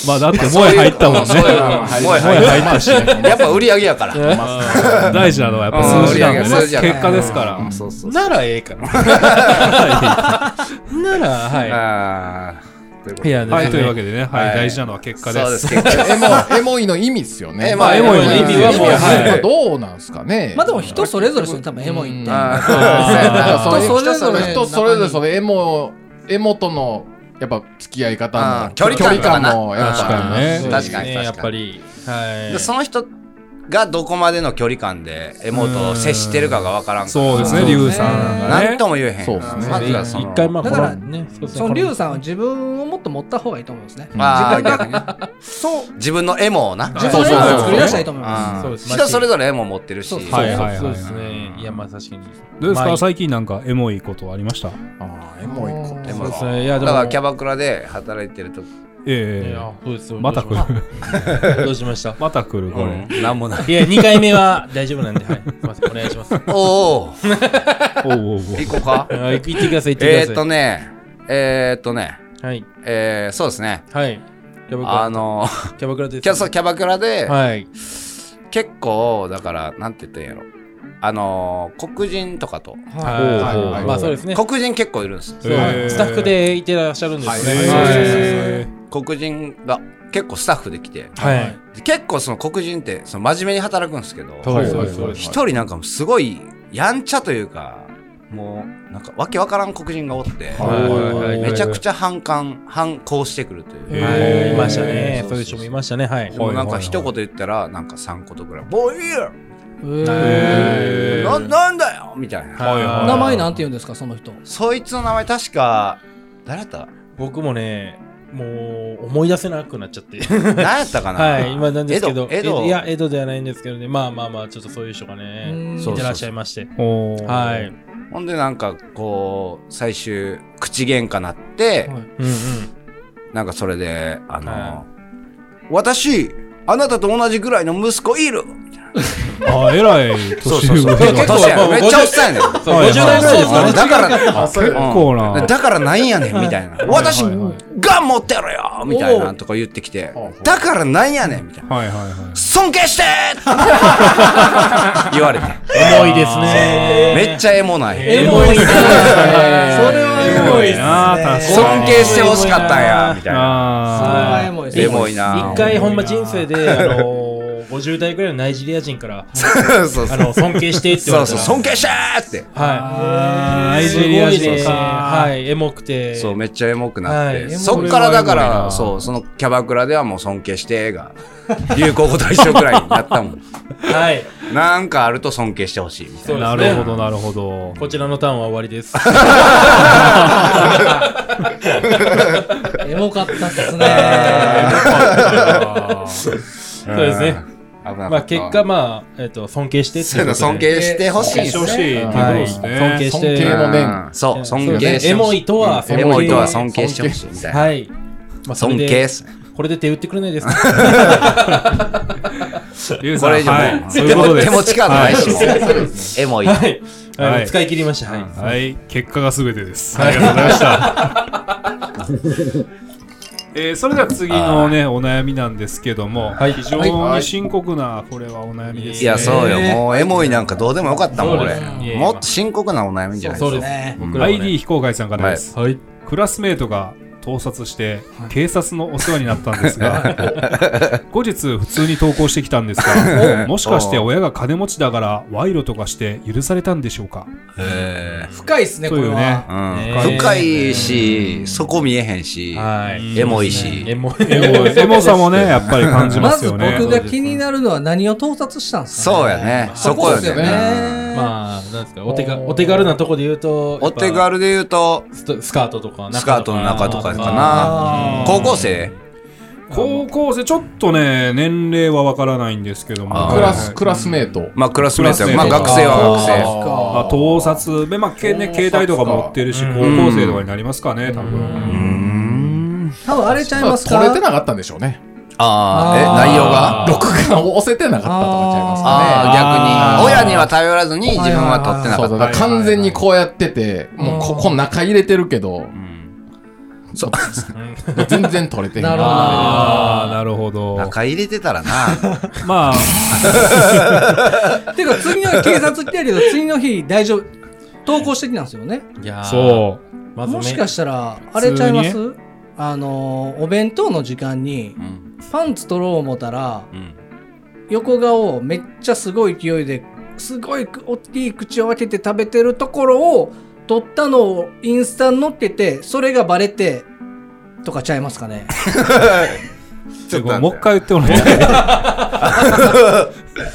Speaker 3: まあだって萌え入ったもん
Speaker 1: そういう
Speaker 3: ね。
Speaker 1: もう入ったしやっぱ売り上げやから
Speaker 2: いあ
Speaker 3: (laughs) 大事なのはやっぱ数字なんでね。
Speaker 1: うん売り上げ数字
Speaker 3: 結
Speaker 1: やから
Speaker 3: 果ですから。
Speaker 1: うんそうそう
Speaker 2: ーならええか
Speaker 1: (laughs)
Speaker 2: な (laughs) ならは
Speaker 1: あーということ
Speaker 2: いい
Speaker 1: で
Speaker 2: やね
Speaker 3: はい、というわ
Speaker 2: で
Speaker 3: けでね、はい、
Speaker 1: はい
Speaker 3: 大事なのは結果で。
Speaker 1: そうですす結果
Speaker 5: エモエモいの意味ですよね。
Speaker 1: えまあ
Speaker 5: エ
Speaker 1: エ
Speaker 5: モ
Speaker 1: モ
Speaker 5: い
Speaker 1: い
Speaker 5: の
Speaker 1: の
Speaker 5: 意
Speaker 1: 意
Speaker 5: 味
Speaker 1: 味
Speaker 5: は
Speaker 1: は
Speaker 5: も
Speaker 1: も
Speaker 5: う
Speaker 1: う
Speaker 2: はい
Speaker 5: どうなんですかね。
Speaker 4: まあでも人それぞれですよね多分エモいって、
Speaker 1: あ
Speaker 2: (laughs)
Speaker 1: ー
Speaker 5: だから
Speaker 4: 人それぞれ
Speaker 5: その人それぞれそのエモエモとのやっぱ付き合い方
Speaker 1: あ
Speaker 5: の
Speaker 1: ー距離感かな
Speaker 5: もやっぱ
Speaker 3: 確かにね
Speaker 5: うん
Speaker 1: 確かに
Speaker 2: ねやっぱりはい
Speaker 1: でその人がどこまでの距離感でエモートを接してるかが分からんから
Speaker 3: (laughs) そうですね、
Speaker 2: そうですね
Speaker 3: リュウさん
Speaker 1: な
Speaker 3: が
Speaker 1: ん
Speaker 3: ね。
Speaker 1: とも言えへん
Speaker 5: そうですね
Speaker 1: まずはその
Speaker 2: 一回まあ
Speaker 4: だから
Speaker 2: このねそうですね
Speaker 4: そのリュ
Speaker 2: こ
Speaker 4: ウさんは自分をもっと持った方がいいと思うんですね。
Speaker 1: あー
Speaker 4: 自分
Speaker 1: 逆にね
Speaker 4: がそう
Speaker 1: 自分のエモをな
Speaker 4: 自分の
Speaker 5: そうそうそう
Speaker 4: 今作り出したらいいと思いま
Speaker 1: あー
Speaker 2: そうです
Speaker 1: 人それぞれエモ持ってるし
Speaker 4: そうそう
Speaker 2: はい
Speaker 3: はいはい
Speaker 2: そうですねいやまあ確かに
Speaker 3: どうです
Speaker 2: まあ
Speaker 3: か最近なんかエモいことありました
Speaker 5: あーエモいこ
Speaker 1: エ
Speaker 5: と
Speaker 1: モ
Speaker 2: そう
Speaker 1: い
Speaker 2: ですねいやで
Speaker 1: だ
Speaker 2: も
Speaker 1: からキャバクラで働いてると
Speaker 2: い
Speaker 3: え
Speaker 2: やそうです
Speaker 3: え
Speaker 2: よ
Speaker 3: また来る。
Speaker 2: (laughs) どうしました
Speaker 3: また来る、これ。
Speaker 1: なんもない
Speaker 2: いや二回目は大丈夫なんではいすいません (laughs) お願いします
Speaker 1: おお
Speaker 3: おうおうおう。
Speaker 1: 行こうか
Speaker 2: はい行ってください行っ
Speaker 1: (laughs) え
Speaker 2: てください
Speaker 1: ーっとねえーっとね
Speaker 2: はい
Speaker 1: えーそうですね
Speaker 2: はいキャバクラ
Speaker 1: あの
Speaker 2: キャバクラです
Speaker 1: キャそうキャバクラで
Speaker 2: はい
Speaker 1: 結構だからなんて言ったらいいんやろあのー黒人とかと
Speaker 4: す。はい
Speaker 5: はい
Speaker 2: は
Speaker 5: はいい
Speaker 2: まあそうですね
Speaker 1: 黒人結構いるんです
Speaker 2: そう
Speaker 3: へー
Speaker 2: スタッフでいてらっしゃるんですね
Speaker 1: はい
Speaker 2: はい
Speaker 3: え
Speaker 1: 黒人が結構スタッフで来て
Speaker 2: はい
Speaker 1: で結構その黒人ってその真面目に働くんですけど
Speaker 2: そうですそうですそうです
Speaker 1: 一人なんかもうすごいやんちゃというかもうなんかわけわからん黒人がおって
Speaker 2: はい
Speaker 1: めちゃくちゃ反感反抗してくるという
Speaker 3: へ
Speaker 1: か
Speaker 2: はい
Speaker 3: ー
Speaker 2: いましたね
Speaker 1: そうそうそう
Speaker 2: そういう人もいましたねはい
Speaker 1: もうなんか一言言ったらなんか3言ぐらい「ボーイヤ
Speaker 3: へ
Speaker 1: ー
Speaker 3: ー
Speaker 1: ななんだよ!」みたいな
Speaker 3: はいはい
Speaker 4: 名前なんて言うんですかその人。
Speaker 1: そいつの名前確か誰や
Speaker 2: (laughs)
Speaker 1: った
Speaker 2: 僕もねもう思い出せなくなっちゃって
Speaker 1: 何やったかな
Speaker 2: はい今なんですけど
Speaker 1: 江戸江戸
Speaker 2: いや江戸ではないんですけどねまあまあまあちょっとそういう人がね
Speaker 4: うん
Speaker 2: いてらっしゃいまして
Speaker 3: ーおー
Speaker 2: はいうん
Speaker 1: ほんでなんかこう最終口喧嘩なって、
Speaker 4: はい
Speaker 2: うん
Speaker 1: なんかそれであの、
Speaker 2: は
Speaker 1: 私あなたと同じぐらいの息子いるみたいな
Speaker 3: あ、えらい年上
Speaker 1: 結構
Speaker 3: が。
Speaker 1: 年やねめっちゃおっさんやねん
Speaker 2: そう
Speaker 3: はい
Speaker 2: 50代ぐらいですかね
Speaker 1: だから
Speaker 5: あそれ
Speaker 3: 結構な
Speaker 1: うんだからなんやねんみたいな私
Speaker 3: はいはい
Speaker 1: が持ってろよみたいなとか言ってきてだからなんやねんみたいな
Speaker 3: はいはいはい。
Speaker 1: 尊敬してって言われて
Speaker 2: 重いですね
Speaker 1: めっちゃエモない
Speaker 2: エモいねそれ
Speaker 4: はエモいっすね
Speaker 3: なあ、確かに。
Speaker 1: 尊敬してほしかったんやみたいな
Speaker 3: あ
Speaker 4: あーエモいです
Speaker 1: エモいな
Speaker 2: 一回ほんま人生で、あのー、50代ぐらいのナイジェリア人から、
Speaker 1: (laughs) そうそう
Speaker 2: あの、尊敬してって言わ
Speaker 1: そ
Speaker 2: れ
Speaker 1: う
Speaker 2: た
Speaker 1: そう尊
Speaker 2: ら。
Speaker 1: 敬してって
Speaker 2: はい。
Speaker 3: ナイジェリア人
Speaker 2: すごいね
Speaker 3: か
Speaker 2: はい、エモくて。
Speaker 1: そうめっちゃエモくなって、
Speaker 2: はい
Speaker 1: そっからだか
Speaker 3: エモい
Speaker 1: ら
Speaker 3: な
Speaker 1: そうそのキャバクラではもう尊敬してが流行語大賞くらいになったもん
Speaker 2: はい。
Speaker 1: なんかあると尊敬してほしいみたい
Speaker 2: そう
Speaker 1: な
Speaker 3: ー。なるほど、なるほど。
Speaker 2: こちらのターンは終わ
Speaker 1: (laughs)
Speaker 2: りです。
Speaker 4: エモかったっす
Speaker 1: (laughs) あ
Speaker 4: ね。
Speaker 2: そうですね。
Speaker 1: 危なかった
Speaker 2: まあ結果、まあ、えっと、尊敬してって
Speaker 1: そう
Speaker 2: い
Speaker 1: いうう
Speaker 2: こ
Speaker 1: の
Speaker 2: と
Speaker 1: 尊
Speaker 2: で。
Speaker 1: 敬してほしいです
Speaker 3: してほし
Speaker 1: ね
Speaker 3: いっていうこと
Speaker 2: はい。
Speaker 3: ですね。
Speaker 2: 尊敬して。
Speaker 5: 敬の念
Speaker 1: うんそう尊
Speaker 2: そうで
Speaker 1: 敬し
Speaker 2: すね
Speaker 1: て
Speaker 2: エモ
Speaker 1: ほしい
Speaker 2: いとは尊敬
Speaker 1: エモいとは尊敬してほしいみたいな、
Speaker 2: はい。まあ、それ
Speaker 1: 尊
Speaker 2: で
Speaker 1: 敬っすね
Speaker 2: これで手打ってくれないですか
Speaker 3: リュウさ
Speaker 1: こ
Speaker 3: ん
Speaker 1: れ以上もう、
Speaker 3: はい、そういう
Speaker 1: 手
Speaker 3: こと
Speaker 1: も
Speaker 3: で
Speaker 1: 手。
Speaker 3: す
Speaker 1: 持ち感ないし、もうエモい、
Speaker 2: はい
Speaker 3: は
Speaker 2: はいい。使い切りました。はい。
Speaker 3: はい、結果がすべてです。ありがとうございました。えーそれでは次のねお悩みなんですけども、
Speaker 2: はい
Speaker 3: 非常に深刻なこれはお悩みです、ね。
Speaker 1: いやそうよもうエモいなんかどうでもよかったもん
Speaker 2: そう
Speaker 1: 俺
Speaker 2: ですねいやいや
Speaker 1: もっと深刻なお悩みじゃない
Speaker 2: そう
Speaker 1: で
Speaker 2: ですす
Speaker 1: か
Speaker 2: ね。
Speaker 1: うん
Speaker 2: 僕らもね
Speaker 3: ID 非公開さんからです。
Speaker 2: はい。
Speaker 3: クラスメートが盗撮して警察のお世話になったんですが後日普通に投稿してきたんですがもしかして親が金持ちだから賄賂とかして許されたんでしょうか
Speaker 1: へ
Speaker 4: 深いっすね、こ
Speaker 3: そう
Speaker 4: れ
Speaker 3: よね
Speaker 4: は。
Speaker 1: ー
Speaker 2: ね
Speaker 1: うん、深いしそこ見えへんし、
Speaker 2: はい。
Speaker 1: エモいし、
Speaker 2: エモい。
Speaker 3: エモさもねやっぱり感じま
Speaker 4: ますず
Speaker 3: よ
Speaker 4: 僕
Speaker 3: ね
Speaker 4: が気になるのは何を盗撮したんですかね
Speaker 1: そうやねそこよね
Speaker 4: よね。
Speaker 2: まあ、なんですか、お手がお手軽なとこで言うと、
Speaker 1: お手軽で言うと
Speaker 2: ストスカートとか、
Speaker 1: スカートの中とかかな
Speaker 4: あー
Speaker 1: 高校生
Speaker 3: 高校生ちょっとね年齢はわからないんですけども
Speaker 1: あー
Speaker 5: クラスクラスメート。
Speaker 1: まあクラスメートやまあ
Speaker 3: クラスメー
Speaker 1: 学生
Speaker 3: ト
Speaker 1: は学生
Speaker 5: あ
Speaker 3: あ盗撮で、まあけね、携帯とか持ってるし、高校生とかになりますかね、多分。
Speaker 4: 多分あれちゃいますか
Speaker 5: 取れてなかったんでしょうね。
Speaker 1: あ
Speaker 4: あー
Speaker 1: あ、え、内容が
Speaker 5: 録画を押せてなかったとかちゃいますかね。
Speaker 1: あ
Speaker 3: あ
Speaker 1: あ、逆
Speaker 3: ー
Speaker 1: に。親には頼らずに自分は取ってな
Speaker 5: そ
Speaker 1: か
Speaker 5: う
Speaker 1: った。
Speaker 5: だから完全にこうやってて、もうここ中入れてるけど、
Speaker 1: うん
Speaker 5: そう (laughs) 全然取れてへん
Speaker 4: なるほど
Speaker 3: ああ、なるほど。
Speaker 1: 中入れてたらな。
Speaker 3: まあ、
Speaker 4: ていうか次の日警察来てるけど次の日大丈夫投稿してきたんですよね
Speaker 2: いやー
Speaker 3: そ
Speaker 2: まずね
Speaker 4: もしかしたらあれちゃいますあのーお弁当の時間に
Speaker 1: うん
Speaker 4: パンツ取ろう思ったら
Speaker 1: うん
Speaker 4: 横顔をめっちゃすごい勢いですごい大きい口を開けて食べてるところを撮ったのをインスタに載っけてそれがバレてとかちゃいますかね
Speaker 3: う。ちょっともう一回言ってもらいたい。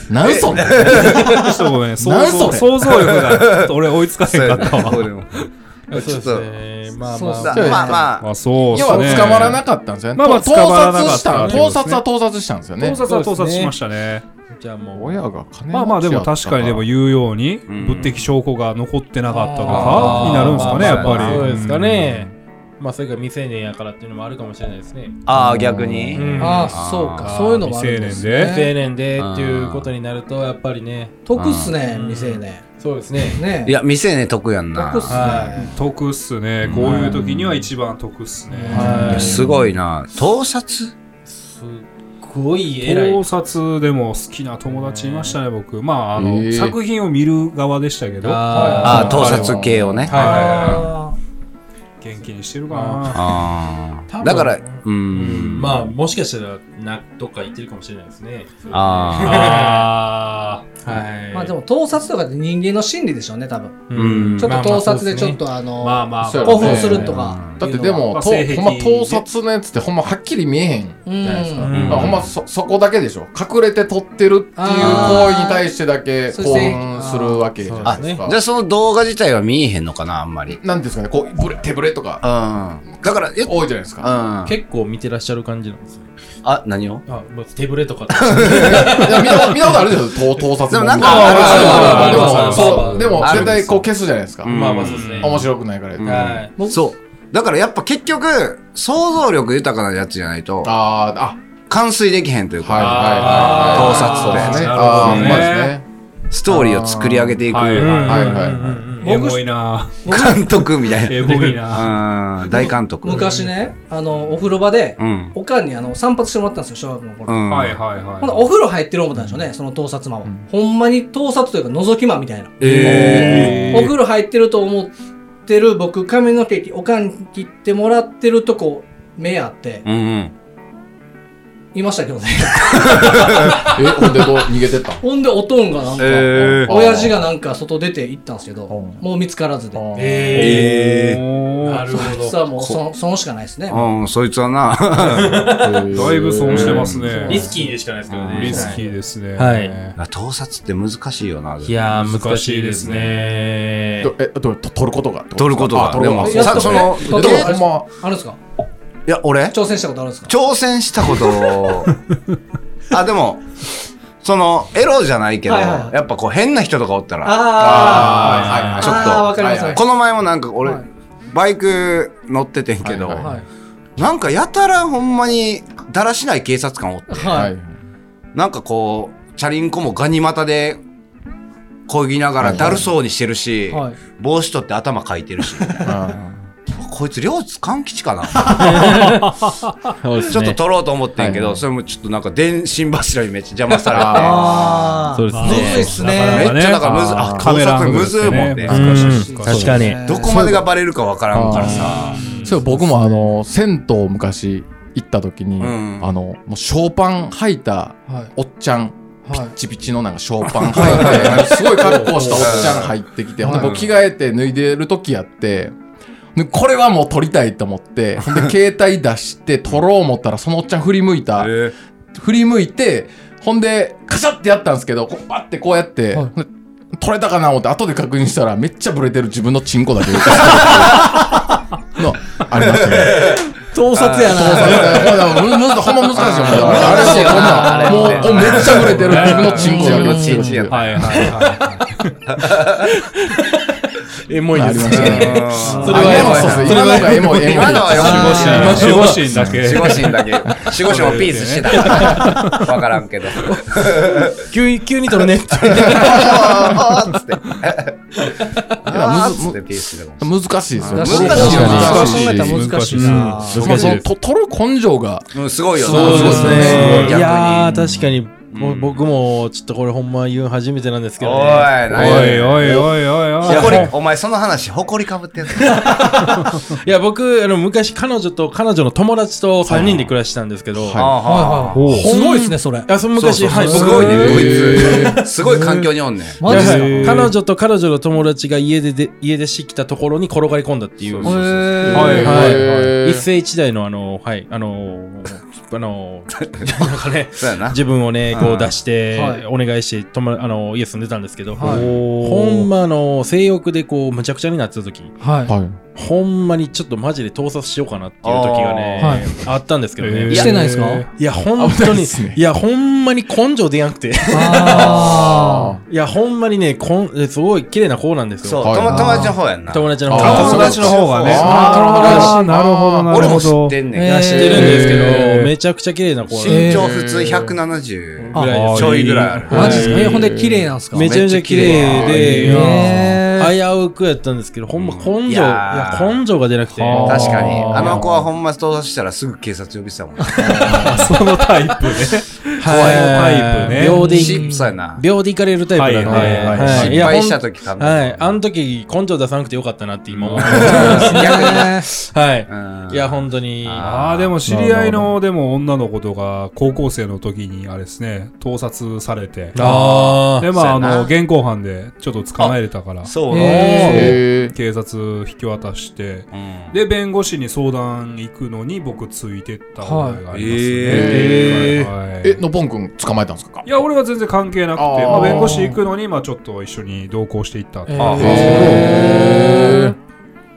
Speaker 5: なん
Speaker 1: (laughs)
Speaker 5: そ
Speaker 3: ち
Speaker 5: れ
Speaker 3: ょっとごめん。想
Speaker 5: なん
Speaker 3: 像
Speaker 5: それ
Speaker 3: 想像力が、ちょっと俺追いつかへんかったわ。
Speaker 1: 俺も
Speaker 2: そうで
Speaker 1: ちょっ
Speaker 2: す
Speaker 1: と
Speaker 2: ねまあ
Speaker 4: そう
Speaker 2: ま
Speaker 4: そ
Speaker 2: あ
Speaker 4: う
Speaker 1: まあ
Speaker 5: そう
Speaker 1: まあま
Speaker 3: まあ、そうで
Speaker 5: 要
Speaker 3: す
Speaker 5: は
Speaker 3: ね。
Speaker 5: 捕まらなかったんですよね。
Speaker 3: まあまあ
Speaker 5: と盗撮
Speaker 3: 捕まらなかっ
Speaker 5: したた。
Speaker 3: ってこと
Speaker 5: 盗
Speaker 3: ですね
Speaker 5: 撮は盗撮したんですよね
Speaker 3: 盗。撮は盗撮しましたね。
Speaker 2: じゃあもう
Speaker 5: 親が金持ちやったら
Speaker 3: まあまあ、でも確かにでも言うように、
Speaker 1: ん
Speaker 3: 物的証拠が残ってなかったと
Speaker 1: あ
Speaker 3: か
Speaker 1: ー、
Speaker 3: になるんですかね、やっ
Speaker 2: まあまあ
Speaker 3: ぱり。
Speaker 2: そうですかね。まあそれが未成年やからっていうのもあるかもしれないですね。
Speaker 1: ああ、逆に。
Speaker 2: うん
Speaker 4: ああそうかそういうのもあるんです
Speaker 3: え
Speaker 2: 未成
Speaker 4: ね
Speaker 2: 年でっていうことになるとやっぱりね、
Speaker 4: 得っすね
Speaker 2: うん
Speaker 4: 未成年
Speaker 2: そうですね。
Speaker 4: ね
Speaker 1: いや、店ね、得やんな
Speaker 4: 得っ。す
Speaker 2: は
Speaker 4: ね
Speaker 3: 得っすね。こういう時には一番得っすね。
Speaker 2: はい
Speaker 1: すごいな。盗撮
Speaker 2: すっごい偉い。
Speaker 3: 盗撮でも好きな友達いましたね、僕。まあ、あの、
Speaker 5: えー
Speaker 3: 作品を見る側でしたけど、
Speaker 1: ああ、
Speaker 2: あ
Speaker 1: 盗撮系をね。
Speaker 2: はい
Speaker 4: あ
Speaker 3: 元気にしてるかな。
Speaker 1: あ
Speaker 2: 多
Speaker 1: あ。
Speaker 2: 分
Speaker 1: だから、うー
Speaker 2: ー
Speaker 1: ん。
Speaker 2: まあもしかしたらなどっか行ってるかもしれないですね。
Speaker 1: あ
Speaker 3: あ
Speaker 2: はい。
Speaker 4: ーまあでも盗撮とかって人間の心理でしょうね多分
Speaker 1: あ。うん
Speaker 4: ちょっと盗撮でちょっ。
Speaker 2: まあまあそうすね
Speaker 4: とあの
Speaker 3: まあまあ、
Speaker 5: そうやろ
Speaker 4: 興奮するとか
Speaker 5: だってでも、
Speaker 3: まあ
Speaker 5: と
Speaker 3: 性癖
Speaker 5: ほんま盗撮のやつってほんまはっきり見えへん
Speaker 4: うん
Speaker 5: じゃないですか、
Speaker 2: うん
Speaker 5: まあほんまそそこだけでしょ隠れて撮ってるっていう行為に対してだけ
Speaker 4: そ
Speaker 5: 興
Speaker 4: うですね
Speaker 5: 奮するわけじゃないですか
Speaker 1: じゃあその動画自体は見えへんのかな、あんまり。うん。
Speaker 5: なんですかねこうブレ手ぶれとか
Speaker 1: だから、え、うん。
Speaker 5: 多いじゃないですか
Speaker 1: あ、
Speaker 2: 結構見てらっしゃる感じなんですよ。
Speaker 1: 何を
Speaker 2: あ、もう手ぶれとか。
Speaker 5: いや見たこと見たことあるでしょ盗盗撮
Speaker 1: でも
Speaker 5: も
Speaker 1: なんか
Speaker 5: ある
Speaker 2: あるあるあるあるあるあるあるあ
Speaker 5: でもそう
Speaker 2: る
Speaker 5: でも
Speaker 1: ある
Speaker 5: 絶対こう消すじゃないですか、
Speaker 1: うん
Speaker 2: まあまあそうですね。
Speaker 5: 面白くないから言うて
Speaker 2: はい。
Speaker 4: 僕
Speaker 1: そう。だからやっぱ結局、想像力豊かなやつじゃないと、
Speaker 5: あーあ
Speaker 1: 完遂できへんという
Speaker 5: はい
Speaker 1: か、
Speaker 5: はいは
Speaker 1: 盗
Speaker 5: い
Speaker 1: 撮とか
Speaker 5: そうですね
Speaker 3: なる
Speaker 5: ああ
Speaker 3: ほ
Speaker 5: ー
Speaker 3: ど
Speaker 5: う
Speaker 3: ね
Speaker 5: まいですね
Speaker 1: ストーリーを作り上げていく
Speaker 3: はいはい
Speaker 5: はいはい
Speaker 3: エモいな。
Speaker 1: 監督みたい
Speaker 3: エモいな。
Speaker 1: な。うん、大監督。
Speaker 4: 昔ねあのお風呂場で
Speaker 1: うん。
Speaker 4: おかんにあの散髪してもらったんですよ小学校の
Speaker 1: う
Speaker 4: 頃
Speaker 1: ん。
Speaker 3: はいはいはい。
Speaker 4: ほなお風呂入ってる思ったんでしょうねその盗撮魔はほんまに盗撮というか覗き魔みたいな
Speaker 1: え
Speaker 4: お風呂入ってると思ってる僕髪の毛おかん切ってもらってるとこ目あって
Speaker 1: えうんうん。
Speaker 4: いましたけどね (laughs)
Speaker 5: えほんでどう逃げてったん
Speaker 4: ほんでおとんがなんか
Speaker 1: え
Speaker 5: ー
Speaker 4: 親父がなんか外出て行ったんですけど
Speaker 5: うん
Speaker 4: もう見つからずで
Speaker 5: あー
Speaker 2: え
Speaker 1: え
Speaker 2: ー。なるほ
Speaker 4: 実
Speaker 2: ど。
Speaker 4: はもうそ損しかないですね
Speaker 1: うん、そいつはな。 (laughs)
Speaker 3: (laughs) だいぶ損してますね
Speaker 2: リスキーでしかないですけどね。
Speaker 3: リスキーですね。
Speaker 2: はい
Speaker 1: 盗撮って難しいよな。
Speaker 2: いやー、難
Speaker 3: 難
Speaker 2: し
Speaker 3: し
Speaker 2: い
Speaker 3: い
Speaker 2: で
Speaker 3: ですす
Speaker 2: ね。
Speaker 5: どえどと取ることが
Speaker 1: 撮ること
Speaker 5: あ
Speaker 1: が。
Speaker 5: 撮る
Speaker 1: でも、
Speaker 5: ことが
Speaker 4: やっ
Speaker 1: さ
Speaker 4: と
Speaker 1: その、
Speaker 5: えで
Speaker 4: 撮る
Speaker 5: もほんま
Speaker 4: あるんですか
Speaker 1: いや、俺、
Speaker 4: 挑戦したことあるんですか
Speaker 1: 挑戦したことをあ、でも、その、エロじゃないけど、
Speaker 4: はいはい
Speaker 1: やっぱこう変な人とかおったら、
Speaker 4: あ
Speaker 5: ーはいはい
Speaker 1: ちょっと
Speaker 4: あーわかります
Speaker 5: はいはい
Speaker 1: この前もなんか俺、
Speaker 4: はい
Speaker 1: バイク乗っててんけど、
Speaker 5: はい
Speaker 4: あ
Speaker 5: は
Speaker 4: はい
Speaker 1: なんかやたらほんまにだらしない警察官おって、
Speaker 4: は
Speaker 5: はいい
Speaker 1: なんかこう、チャリンコもガニ股で、こぎながらだるそうにしてるし、
Speaker 4: はい
Speaker 1: 帽子取って頭かいてるし、こいつ両津勘吉かなちょっと取ろうと思ってんけど、
Speaker 5: はいはい
Speaker 1: それもちょっとなんか電信柱にめっちゃ邪魔されて。
Speaker 4: あ
Speaker 2: そうですね
Speaker 4: むずいっす
Speaker 3: なかな
Speaker 4: ね
Speaker 3: か
Speaker 1: めっちゃだからむずあ
Speaker 3: カメラアングルですね
Speaker 1: 盗撮むずいも
Speaker 2: んね
Speaker 3: 難しい難し
Speaker 2: 確
Speaker 3: い
Speaker 2: かに
Speaker 1: どこまでがバレるかわからんからさ。
Speaker 5: そう僕もあの銭湯昔行った時に、
Speaker 1: うん
Speaker 5: あのもうショーパン履いた
Speaker 4: はい
Speaker 5: おっちゃんピ
Speaker 4: はい
Speaker 5: ッチピチのなんかショーパ
Speaker 4: (laughs)
Speaker 5: ン履いてすごい格好したおっちゃん入ってきてほんで僕着替えて脱いでる時やってでこれはもう撮りたいと思
Speaker 1: (laughs)
Speaker 5: ってほんで携帯出して撮ろう思ったらそのおっちゃん振り向いた
Speaker 1: え
Speaker 5: 振り向いてほんでカシャってやったんですけどこうバッてこうやって、
Speaker 4: はい
Speaker 5: で取れたかな思って後で確認したらめっちゃブレてる自分のチンコだけ映ってるのありましたね
Speaker 4: 盗撮や
Speaker 5: そうそう
Speaker 4: な
Speaker 5: そうほんまほんま難しいよほんま
Speaker 1: あー
Speaker 5: 難しいよほんま
Speaker 1: あれ
Speaker 5: もう
Speaker 1: あれ
Speaker 5: おめっちゃブレてる自分のチンコだ
Speaker 1: 自
Speaker 5: け
Speaker 1: 分のチンチンや
Speaker 3: はいはいはい。
Speaker 2: エモいです
Speaker 5: ありました
Speaker 2: そ
Speaker 5: ねそ
Speaker 2: れ
Speaker 5: れ
Speaker 2: は
Speaker 5: は
Speaker 2: エ
Speaker 5: エ
Speaker 2: モ
Speaker 5: モ
Speaker 2: い
Speaker 5: い
Speaker 2: なそれは
Speaker 5: そうそう今のがエモいエモい
Speaker 1: 今のはエモい
Speaker 2: あー
Speaker 3: 守護神だけ。
Speaker 1: 守護神だけ守護神をピースしてたわからんけど
Speaker 2: 急に急に取るねって
Speaker 1: あーっつってあーっつってピースしてたかもし
Speaker 5: 難しいですよ。
Speaker 4: 難
Speaker 1: しい
Speaker 5: ブロッコ
Speaker 3: 難し
Speaker 5: リーは
Speaker 3: い
Speaker 4: 考えたら難しいな。
Speaker 2: うん
Speaker 5: まあそのと取る根性が
Speaker 1: れないうんすごいよな
Speaker 2: そうですね。
Speaker 1: 逆に
Speaker 2: いやー、確かに、もう
Speaker 1: うん
Speaker 2: 僕も、ちょっとこれほんま言うん初めてなんですけど、
Speaker 1: おい
Speaker 2: ね。
Speaker 3: お
Speaker 1: 何やね
Speaker 3: い
Speaker 1: ん
Speaker 3: おいおいおいおい。
Speaker 1: ほこりお前その話ほこりかぶってんの
Speaker 2: いや、僕、あの、昔、彼女と、彼女の友達と3人で暮らしてたんですけど、
Speaker 5: はい
Speaker 2: い
Speaker 1: あ
Speaker 4: はいはい。すごいですね、それ。
Speaker 2: や、その
Speaker 1: ーそうそ
Speaker 2: 昔、
Speaker 1: う
Speaker 2: はい、
Speaker 1: す
Speaker 2: 僕
Speaker 1: ごい
Speaker 2: い
Speaker 1: ね
Speaker 2: や
Speaker 1: こいつすごい環境におんねん
Speaker 4: マジっすか
Speaker 2: はい彼女と彼女の友達が家でで、家出してきたところに転がり込んだっていう。
Speaker 1: そうそうそう
Speaker 4: へー
Speaker 3: はい
Speaker 2: はい
Speaker 5: へー
Speaker 2: 一世一代のあの、はい、あの、
Speaker 4: (laughs)
Speaker 2: あの、なんかね、
Speaker 1: そうやな
Speaker 2: 自分をね、こ
Speaker 1: う
Speaker 2: うん出して
Speaker 4: はい、
Speaker 2: お願いして、とま、あの、家住んでたんですけど、
Speaker 4: はい
Speaker 2: ほん
Speaker 3: ほ
Speaker 2: まあの、性欲でこう、むちゃくちゃになってた時、
Speaker 4: は
Speaker 5: はい
Speaker 2: ほんまにちょっとマジで盗撮しようかなっていう時がね、
Speaker 1: あ
Speaker 2: あ,、
Speaker 4: ーはい
Speaker 2: ったんですけどね。
Speaker 4: い。
Speaker 2: い
Speaker 4: し
Speaker 2: や
Speaker 4: てないですか
Speaker 2: いや、本当
Speaker 5: 危ない
Speaker 2: に、
Speaker 5: っすね
Speaker 2: いや、ほんまに根性出なくて。
Speaker 4: あ
Speaker 2: いや、ほんまにね、こんすごい綺麗な子なんです
Speaker 1: そう
Speaker 2: よ。
Speaker 1: 友
Speaker 5: はい
Speaker 1: 友達の方やんな
Speaker 2: 友達の
Speaker 5: あー
Speaker 3: 友
Speaker 2: 方。
Speaker 3: 達の方がね。
Speaker 5: あ
Speaker 3: あー、なるほど、な
Speaker 1: 俺
Speaker 3: る
Speaker 1: も
Speaker 3: ほ
Speaker 1: 知
Speaker 3: ど。
Speaker 1: ってん
Speaker 4: ー
Speaker 1: ねん
Speaker 4: えー
Speaker 2: 知ってるんですけど、
Speaker 3: えー
Speaker 2: めちゃくちゃ綺麗な子なんです
Speaker 1: 身
Speaker 4: え
Speaker 1: 長
Speaker 4: ー
Speaker 1: 普通170
Speaker 2: ぐらいで
Speaker 3: あー
Speaker 1: ちょいぐらいある
Speaker 4: あ。マジっすかえ、ほんで綺麗なんですか
Speaker 2: めちゃめちゃ綺麗で、
Speaker 4: めっちゃ綺麗
Speaker 2: い
Speaker 4: へ
Speaker 2: や危うくやったんですけど、ほんま根性、
Speaker 1: うん
Speaker 2: い
Speaker 1: い
Speaker 2: や
Speaker 1: やー
Speaker 2: 根性が出なくて。
Speaker 3: はあ
Speaker 1: 確かに
Speaker 3: あー
Speaker 1: あの子はほんま盗撮したらすぐ警察呼びそうやもん
Speaker 3: そのタイプね。
Speaker 2: はい
Speaker 3: 怖いタイプね
Speaker 2: 秒で
Speaker 1: シ
Speaker 2: い、
Speaker 1: ップそうやな
Speaker 2: 秒で行かれるタイプなんで。
Speaker 3: はいはいはい
Speaker 2: い
Speaker 1: 失
Speaker 2: や
Speaker 1: 敗した時考えた
Speaker 2: はい。あの時、根性出さなくてよかったなって今思う。
Speaker 1: 逆
Speaker 2: はい。
Speaker 1: に
Speaker 2: いや、本当に。
Speaker 1: あ
Speaker 3: ああ、でも知り合いの、でも女の子とか、高校生の時に、あれですね、盗撮されて。
Speaker 2: あ
Speaker 3: で、
Speaker 1: そう
Speaker 3: まあ、
Speaker 1: や
Speaker 3: あ
Speaker 1: な
Speaker 3: の、現行犯で、ちょっと捕まえれたから、
Speaker 1: そうな
Speaker 4: へ
Speaker 5: へ
Speaker 3: 警察引き渡して、
Speaker 1: うん
Speaker 3: で、弁護士に相談行くのに、僕、ついてった覚えがありますね。
Speaker 1: はい
Speaker 3: はいはい
Speaker 5: えのぼんくん捕まえたんですか
Speaker 3: いや、俺は全然関係なくて、
Speaker 5: あー
Speaker 3: まあ、弁護士行くのに、まあ、ちょっと一緒に同行していったって。
Speaker 4: ー
Speaker 5: へ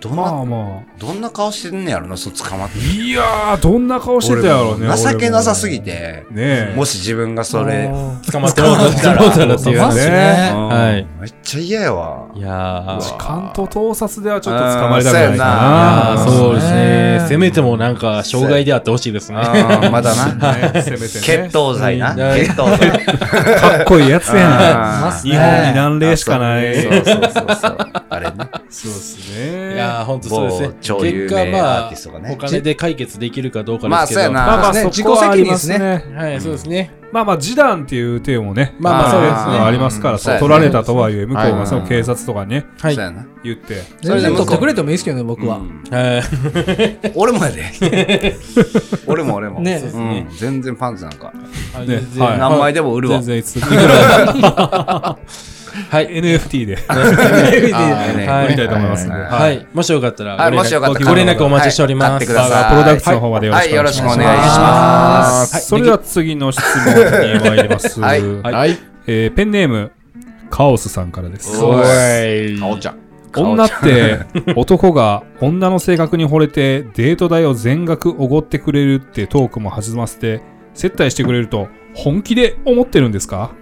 Speaker 1: どん
Speaker 3: ま
Speaker 1: な
Speaker 3: あまあ。
Speaker 1: どんな顔してんねやろなそう捕まって
Speaker 3: いやー、どんな顔してたやろうね。
Speaker 1: 俺も情
Speaker 3: 俺
Speaker 1: け
Speaker 3: も
Speaker 1: なさすぎ。て
Speaker 3: ねえ。
Speaker 1: もし自分がそれ
Speaker 2: あ、捕まってもらった
Speaker 1: 捕まった
Speaker 2: らっていう
Speaker 4: マジっすね
Speaker 1: うん
Speaker 2: はい
Speaker 1: めっちゃ嫌やわ
Speaker 2: いやー。
Speaker 3: 関東盗撮ではちょっと捕まりたくないか
Speaker 2: あ
Speaker 1: あ
Speaker 2: ー
Speaker 1: ー
Speaker 2: そうですね
Speaker 4: ね。
Speaker 2: せめてもなんか、障害であってほしいですね。
Speaker 1: あー (laughs) まだな
Speaker 3: な。ね、せめてね
Speaker 1: 血。糖剤な
Speaker 2: うん
Speaker 1: (laughs) 血糖剤
Speaker 3: かっこいい
Speaker 2: (laughs)
Speaker 3: やつや
Speaker 1: あー
Speaker 4: ます
Speaker 3: な。日本に何例しかない。
Speaker 1: そうそうそうそうあれね
Speaker 3: そうですね。
Speaker 2: いやー、ほんとそうですね
Speaker 1: 某。超有名
Speaker 2: 結果、ま
Speaker 1: アー
Speaker 2: あ、
Speaker 1: ティストがね
Speaker 2: お金で解決できるかどうか
Speaker 1: ま
Speaker 2: で
Speaker 1: あ
Speaker 2: す
Speaker 1: そう
Speaker 2: け
Speaker 1: や
Speaker 2: ど。
Speaker 1: な
Speaker 3: まあまあ、
Speaker 4: そうです
Speaker 3: そ
Speaker 4: ね
Speaker 3: こはありま
Speaker 4: 自己責任
Speaker 3: ね。
Speaker 2: はい、そうですね。
Speaker 3: まあまあ、示談っていう手もね、
Speaker 2: まあまあ、
Speaker 1: あー
Speaker 2: そうです
Speaker 3: あ
Speaker 2: ね。
Speaker 3: りますから、
Speaker 1: そう
Speaker 3: そ
Speaker 1: や
Speaker 3: う
Speaker 1: ね
Speaker 3: 取られたとはいえ、向こう
Speaker 5: は
Speaker 3: が
Speaker 5: い
Speaker 3: その警察とかにね、
Speaker 2: はい
Speaker 1: そう。やな
Speaker 3: 言って。
Speaker 4: 全然取ってくれてもいいですけどね、僕は。
Speaker 1: うん
Speaker 2: はい
Speaker 1: 俺もやで俺も俺も
Speaker 4: ね
Speaker 1: うん全然パンツなんか
Speaker 2: はい
Speaker 3: ね
Speaker 2: 全然
Speaker 3: はい
Speaker 1: 何枚でも売るわ
Speaker 3: 全然いつ、いくらでも (laughs)
Speaker 2: はい。
Speaker 3: NFT で。
Speaker 1: ね
Speaker 2: はい
Speaker 3: 見たいと思いますんで。
Speaker 1: はい
Speaker 2: は
Speaker 3: はい
Speaker 2: い。もしよかったら、
Speaker 1: はい
Speaker 2: ご連絡
Speaker 1: もしよかったら
Speaker 2: ご連絡お待ちしており
Speaker 1: は
Speaker 2: ま
Speaker 1: い買って
Speaker 2: す。
Speaker 1: ください
Speaker 3: バーガープロダクツの方までよろしくお願いし
Speaker 1: は
Speaker 3: ます。
Speaker 1: いよろしくお願いします
Speaker 3: それでは次の質問に参ります。
Speaker 1: はい
Speaker 5: ーはい
Speaker 3: えーペンネーム、カオスさんからです。
Speaker 1: お
Speaker 2: はい。
Speaker 5: かおちゃん
Speaker 3: 女って男が女の性格に惚れてデート代を全額おごってくれるってトークも弾ませて接待してくれると本気で思ってるんですか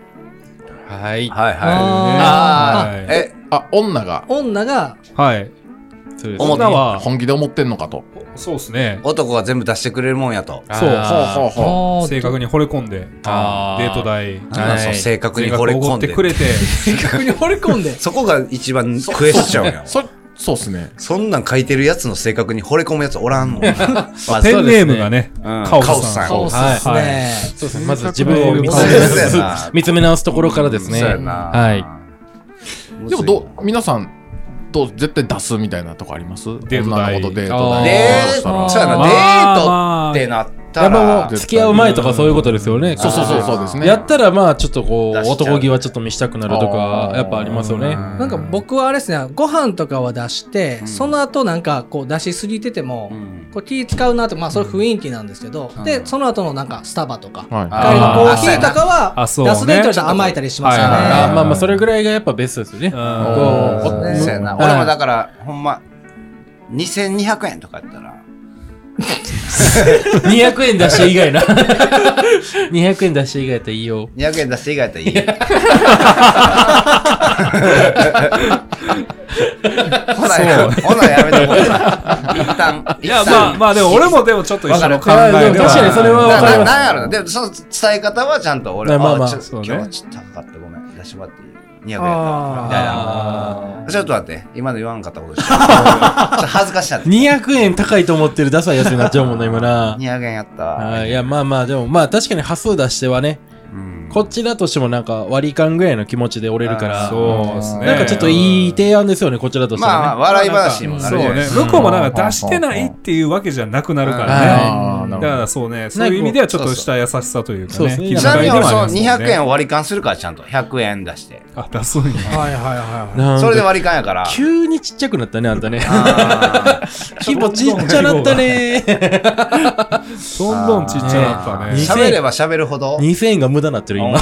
Speaker 2: は
Speaker 1: はい
Speaker 2: い。
Speaker 1: はい
Speaker 4: あ
Speaker 1: あ
Speaker 3: ー
Speaker 1: ーえ
Speaker 5: あ女が
Speaker 4: ー女が、
Speaker 3: はい。
Speaker 2: そうですね
Speaker 1: 思っ
Speaker 3: 女は、
Speaker 5: 本気で思ってんのかと
Speaker 3: そうですね。
Speaker 1: 男が全部出してくれるもんやと
Speaker 3: そう
Speaker 2: あー
Speaker 5: ほうほうほ
Speaker 4: あー
Speaker 3: 性格に惚れ込んで、デ
Speaker 2: あー
Speaker 3: ート代、
Speaker 1: なんだそう正確に惚れ
Speaker 3: 全額おご
Speaker 1: 込
Speaker 3: っ
Speaker 1: ん
Speaker 3: て
Speaker 1: で (laughs)
Speaker 3: くれて、
Speaker 4: 性格に惚れ込んで。
Speaker 1: そこが一番クエスチョンや
Speaker 5: うそそうっすね
Speaker 1: そんなん書いてるやつの性格に惚れ込むやつおらんもんまず
Speaker 3: ペンネームがね、
Speaker 1: うん
Speaker 3: カオスさん
Speaker 1: カ
Speaker 4: そう
Speaker 1: オ
Speaker 4: っ
Speaker 1: ス
Speaker 4: すね。
Speaker 2: そうですね。まず自分を見つ
Speaker 1: そう
Speaker 2: め
Speaker 1: や
Speaker 2: 直す
Speaker 1: な
Speaker 2: 見つめ直すところからですね。
Speaker 1: そうやな
Speaker 2: はい。
Speaker 5: でもどう皆さんどう絶対出すみたいなとこあります
Speaker 3: デート代
Speaker 5: 女の子とデート
Speaker 2: あー
Speaker 5: 代
Speaker 1: デー
Speaker 5: そう
Speaker 1: ト
Speaker 5: した
Speaker 1: そうや
Speaker 5: ら
Speaker 1: な
Speaker 3: まあ
Speaker 1: デー
Speaker 3: まあ
Speaker 1: トってなった
Speaker 2: やっ
Speaker 1: ら
Speaker 2: ぱもう、付き合う前とかそういうことですよね。
Speaker 5: そうそうそうそうですね
Speaker 2: やったら、まあ、ちょっとこう、
Speaker 1: 出しちゃう
Speaker 2: 男気はちょっと見したくなるとか
Speaker 5: あ、ー
Speaker 2: やっぱありますよね。
Speaker 4: なんか僕はあれですね、ご飯とかは出して、その後なんかこう出しすぎてても、
Speaker 1: うん
Speaker 4: こう気使うなって、まあそれ雰囲気なんですけど、で、その後のなんかスタバとか、
Speaker 5: はい
Speaker 1: あ
Speaker 4: 帰りのコーヒー
Speaker 1: あ
Speaker 4: とか
Speaker 3: あ
Speaker 4: は、
Speaker 3: そうね
Speaker 4: ガスデートじゃ甘えたりしますよ
Speaker 3: はいはい
Speaker 2: あ
Speaker 4: ね。
Speaker 2: ーまあまあ、それぐらいがやっぱベストですよね。
Speaker 5: あー
Speaker 1: そうやな
Speaker 2: はい
Speaker 1: 俺もだからほんま2200円とかやったら
Speaker 2: 200円出して以外な。200円出して以外やったらいいよ。
Speaker 1: 200円出して以外やったらいいよ。ほらや、ほらやめてもら一旦、
Speaker 3: いや、まあまあ、でも俺もでもちょっと一緒の考え
Speaker 2: わかるでも確かにそれはわ
Speaker 1: な
Speaker 2: か
Speaker 1: な
Speaker 2: ります
Speaker 1: なんやろな。でも、その伝え方はちゃんと俺
Speaker 2: ねまあまあ
Speaker 1: ちょ
Speaker 3: そう
Speaker 1: 今
Speaker 3: ね
Speaker 1: 日はちょっと高かった。ごめん。出してもらっていい ?200 円やった。
Speaker 4: あー
Speaker 1: みたいな。
Speaker 2: あ
Speaker 1: ちょっと待って。今の言わんかったことしてるちょっと恥ずかしなっ
Speaker 2: ー
Speaker 1: て。
Speaker 2: 200円高いと思ってるダサいやつになっちゃうもんな、今な。
Speaker 1: 200円やったわ。
Speaker 2: あーいや、まあまあ、でもまあ確かに端数出してはね、
Speaker 1: うん
Speaker 2: こっちだとしてもなんか割り勘ぐらいの気持ちで折れるから、
Speaker 1: あ
Speaker 3: そうですね。
Speaker 2: なんかちょっといい提案ですよね、こちらとして
Speaker 1: まあまあ、
Speaker 2: は
Speaker 1: 笑
Speaker 2: ね。
Speaker 1: い話にもな
Speaker 3: そ
Speaker 1: る
Speaker 3: う
Speaker 1: じゃないで
Speaker 3: ね
Speaker 1: す。か。
Speaker 3: 向こうもなんか出してないっていうわけじゃなくなるからね。
Speaker 5: あ
Speaker 3: だ
Speaker 5: ーなるほ
Speaker 3: か
Speaker 5: ど
Speaker 3: らそうね、そういう意味ではちょっとした優しさというか
Speaker 2: そう
Speaker 3: ね
Speaker 2: そう。
Speaker 3: 気遣い
Speaker 1: ちなみに
Speaker 3: で
Speaker 1: 俺
Speaker 3: は
Speaker 1: そ
Speaker 3: あ
Speaker 1: の
Speaker 3: りますもん
Speaker 1: 200
Speaker 3: ね
Speaker 1: 円を割り勘するからちゃんと100円出して
Speaker 3: あ、出すんや。
Speaker 4: はいはいはいはい。
Speaker 2: なん
Speaker 1: それで
Speaker 2: か
Speaker 1: 割り勘やから
Speaker 2: 急にちっちゃくなったね、あんたね。
Speaker 1: あー
Speaker 2: 規模ちっちゃなったね。
Speaker 3: どんどんちっちゃなった
Speaker 2: ね
Speaker 3: ね。
Speaker 1: 喋れば喋るほど
Speaker 2: 2000円が無駄になってる、今。